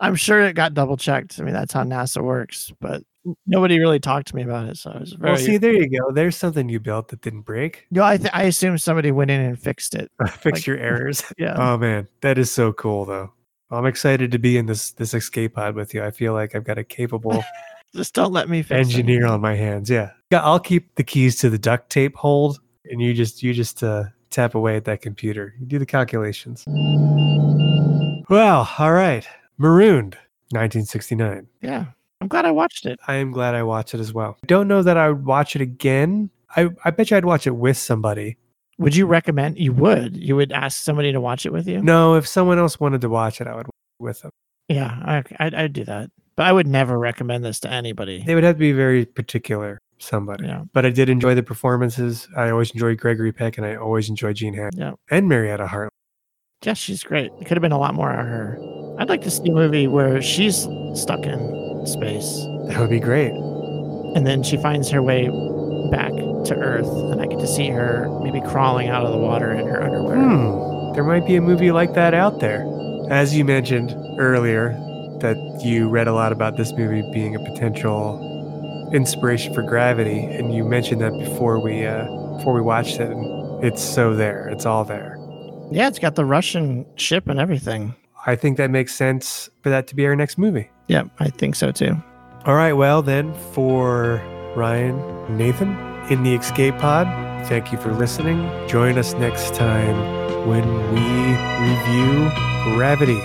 [SPEAKER 6] i'm sure it got double checked i mean that's how nasa works but nobody really talked to me about it so i was very
[SPEAKER 1] Well, see, there you go. There's something you built that didn't break.
[SPEAKER 6] No, I th- I assume somebody went in and fixed it.
[SPEAKER 1] Fix
[SPEAKER 6] Like,
[SPEAKER 1] your errors.
[SPEAKER 6] Yeah.
[SPEAKER 1] Oh man, that is so cool though. I'm excited to be in this this escape pod with you. I feel like I've got a capable
[SPEAKER 6] Just don't let me fix it.
[SPEAKER 1] engineer on my hands. Yeah. Yeah, I'll keep the keys to the duct tape hold and you just you just uh, tap away at that computer. You do the calculations. Well, all right. Marooned 1969.
[SPEAKER 6] Yeah. I'm glad I watched it.
[SPEAKER 1] I am glad I watched it as well. I don't know that I would watch it again. I, I bet you I'd watch it with somebody.
[SPEAKER 6] Would you recommend? You would. You would ask somebody to watch it with you?
[SPEAKER 1] No, if someone else wanted to watch it, I would watch it with them.
[SPEAKER 6] Yeah, I, I'd, I'd do that. But I would never recommend this to anybody.
[SPEAKER 1] They would have to be very particular somebody.
[SPEAKER 6] Yeah.
[SPEAKER 1] But I did enjoy the performances. I always enjoyed Gregory Peck and I always enjoyed Gene Hackman
[SPEAKER 6] Yeah.
[SPEAKER 1] and Marietta Hartley.
[SPEAKER 6] Yeah, she's great. It could have been a lot more on her. I'd like to see a movie where she's stuck in space
[SPEAKER 1] That would be great.
[SPEAKER 6] and then she finds her way back to Earth and I get to see her maybe crawling out of the water in her underwear.
[SPEAKER 1] Hmm. There might be a movie like that out there. As you mentioned earlier, that you read a lot about this movie being a potential inspiration for Gravity, and you mentioned that before we uh, before we watched it. And it's so there. It's all there.
[SPEAKER 6] Yeah, it's got the Russian ship and everything.
[SPEAKER 1] I think that makes sense for that to be our next movie.
[SPEAKER 6] Yeah, I think so too.
[SPEAKER 1] All right. Well, then for Ryan, Nathan in the Escape Pod. Thank you for listening. Join us next time when we review Gravity.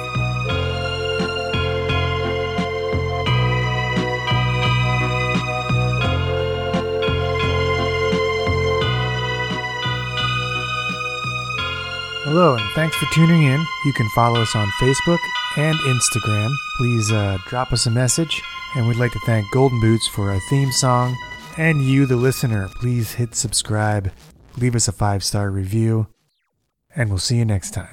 [SPEAKER 2] Hello, and thanks for tuning in. You can follow us on Facebook and Instagram. Please uh, drop us a message, and we'd like to thank Golden Boots for our theme song. And you, the listener, please hit subscribe, leave us a five star review, and we'll see you next time.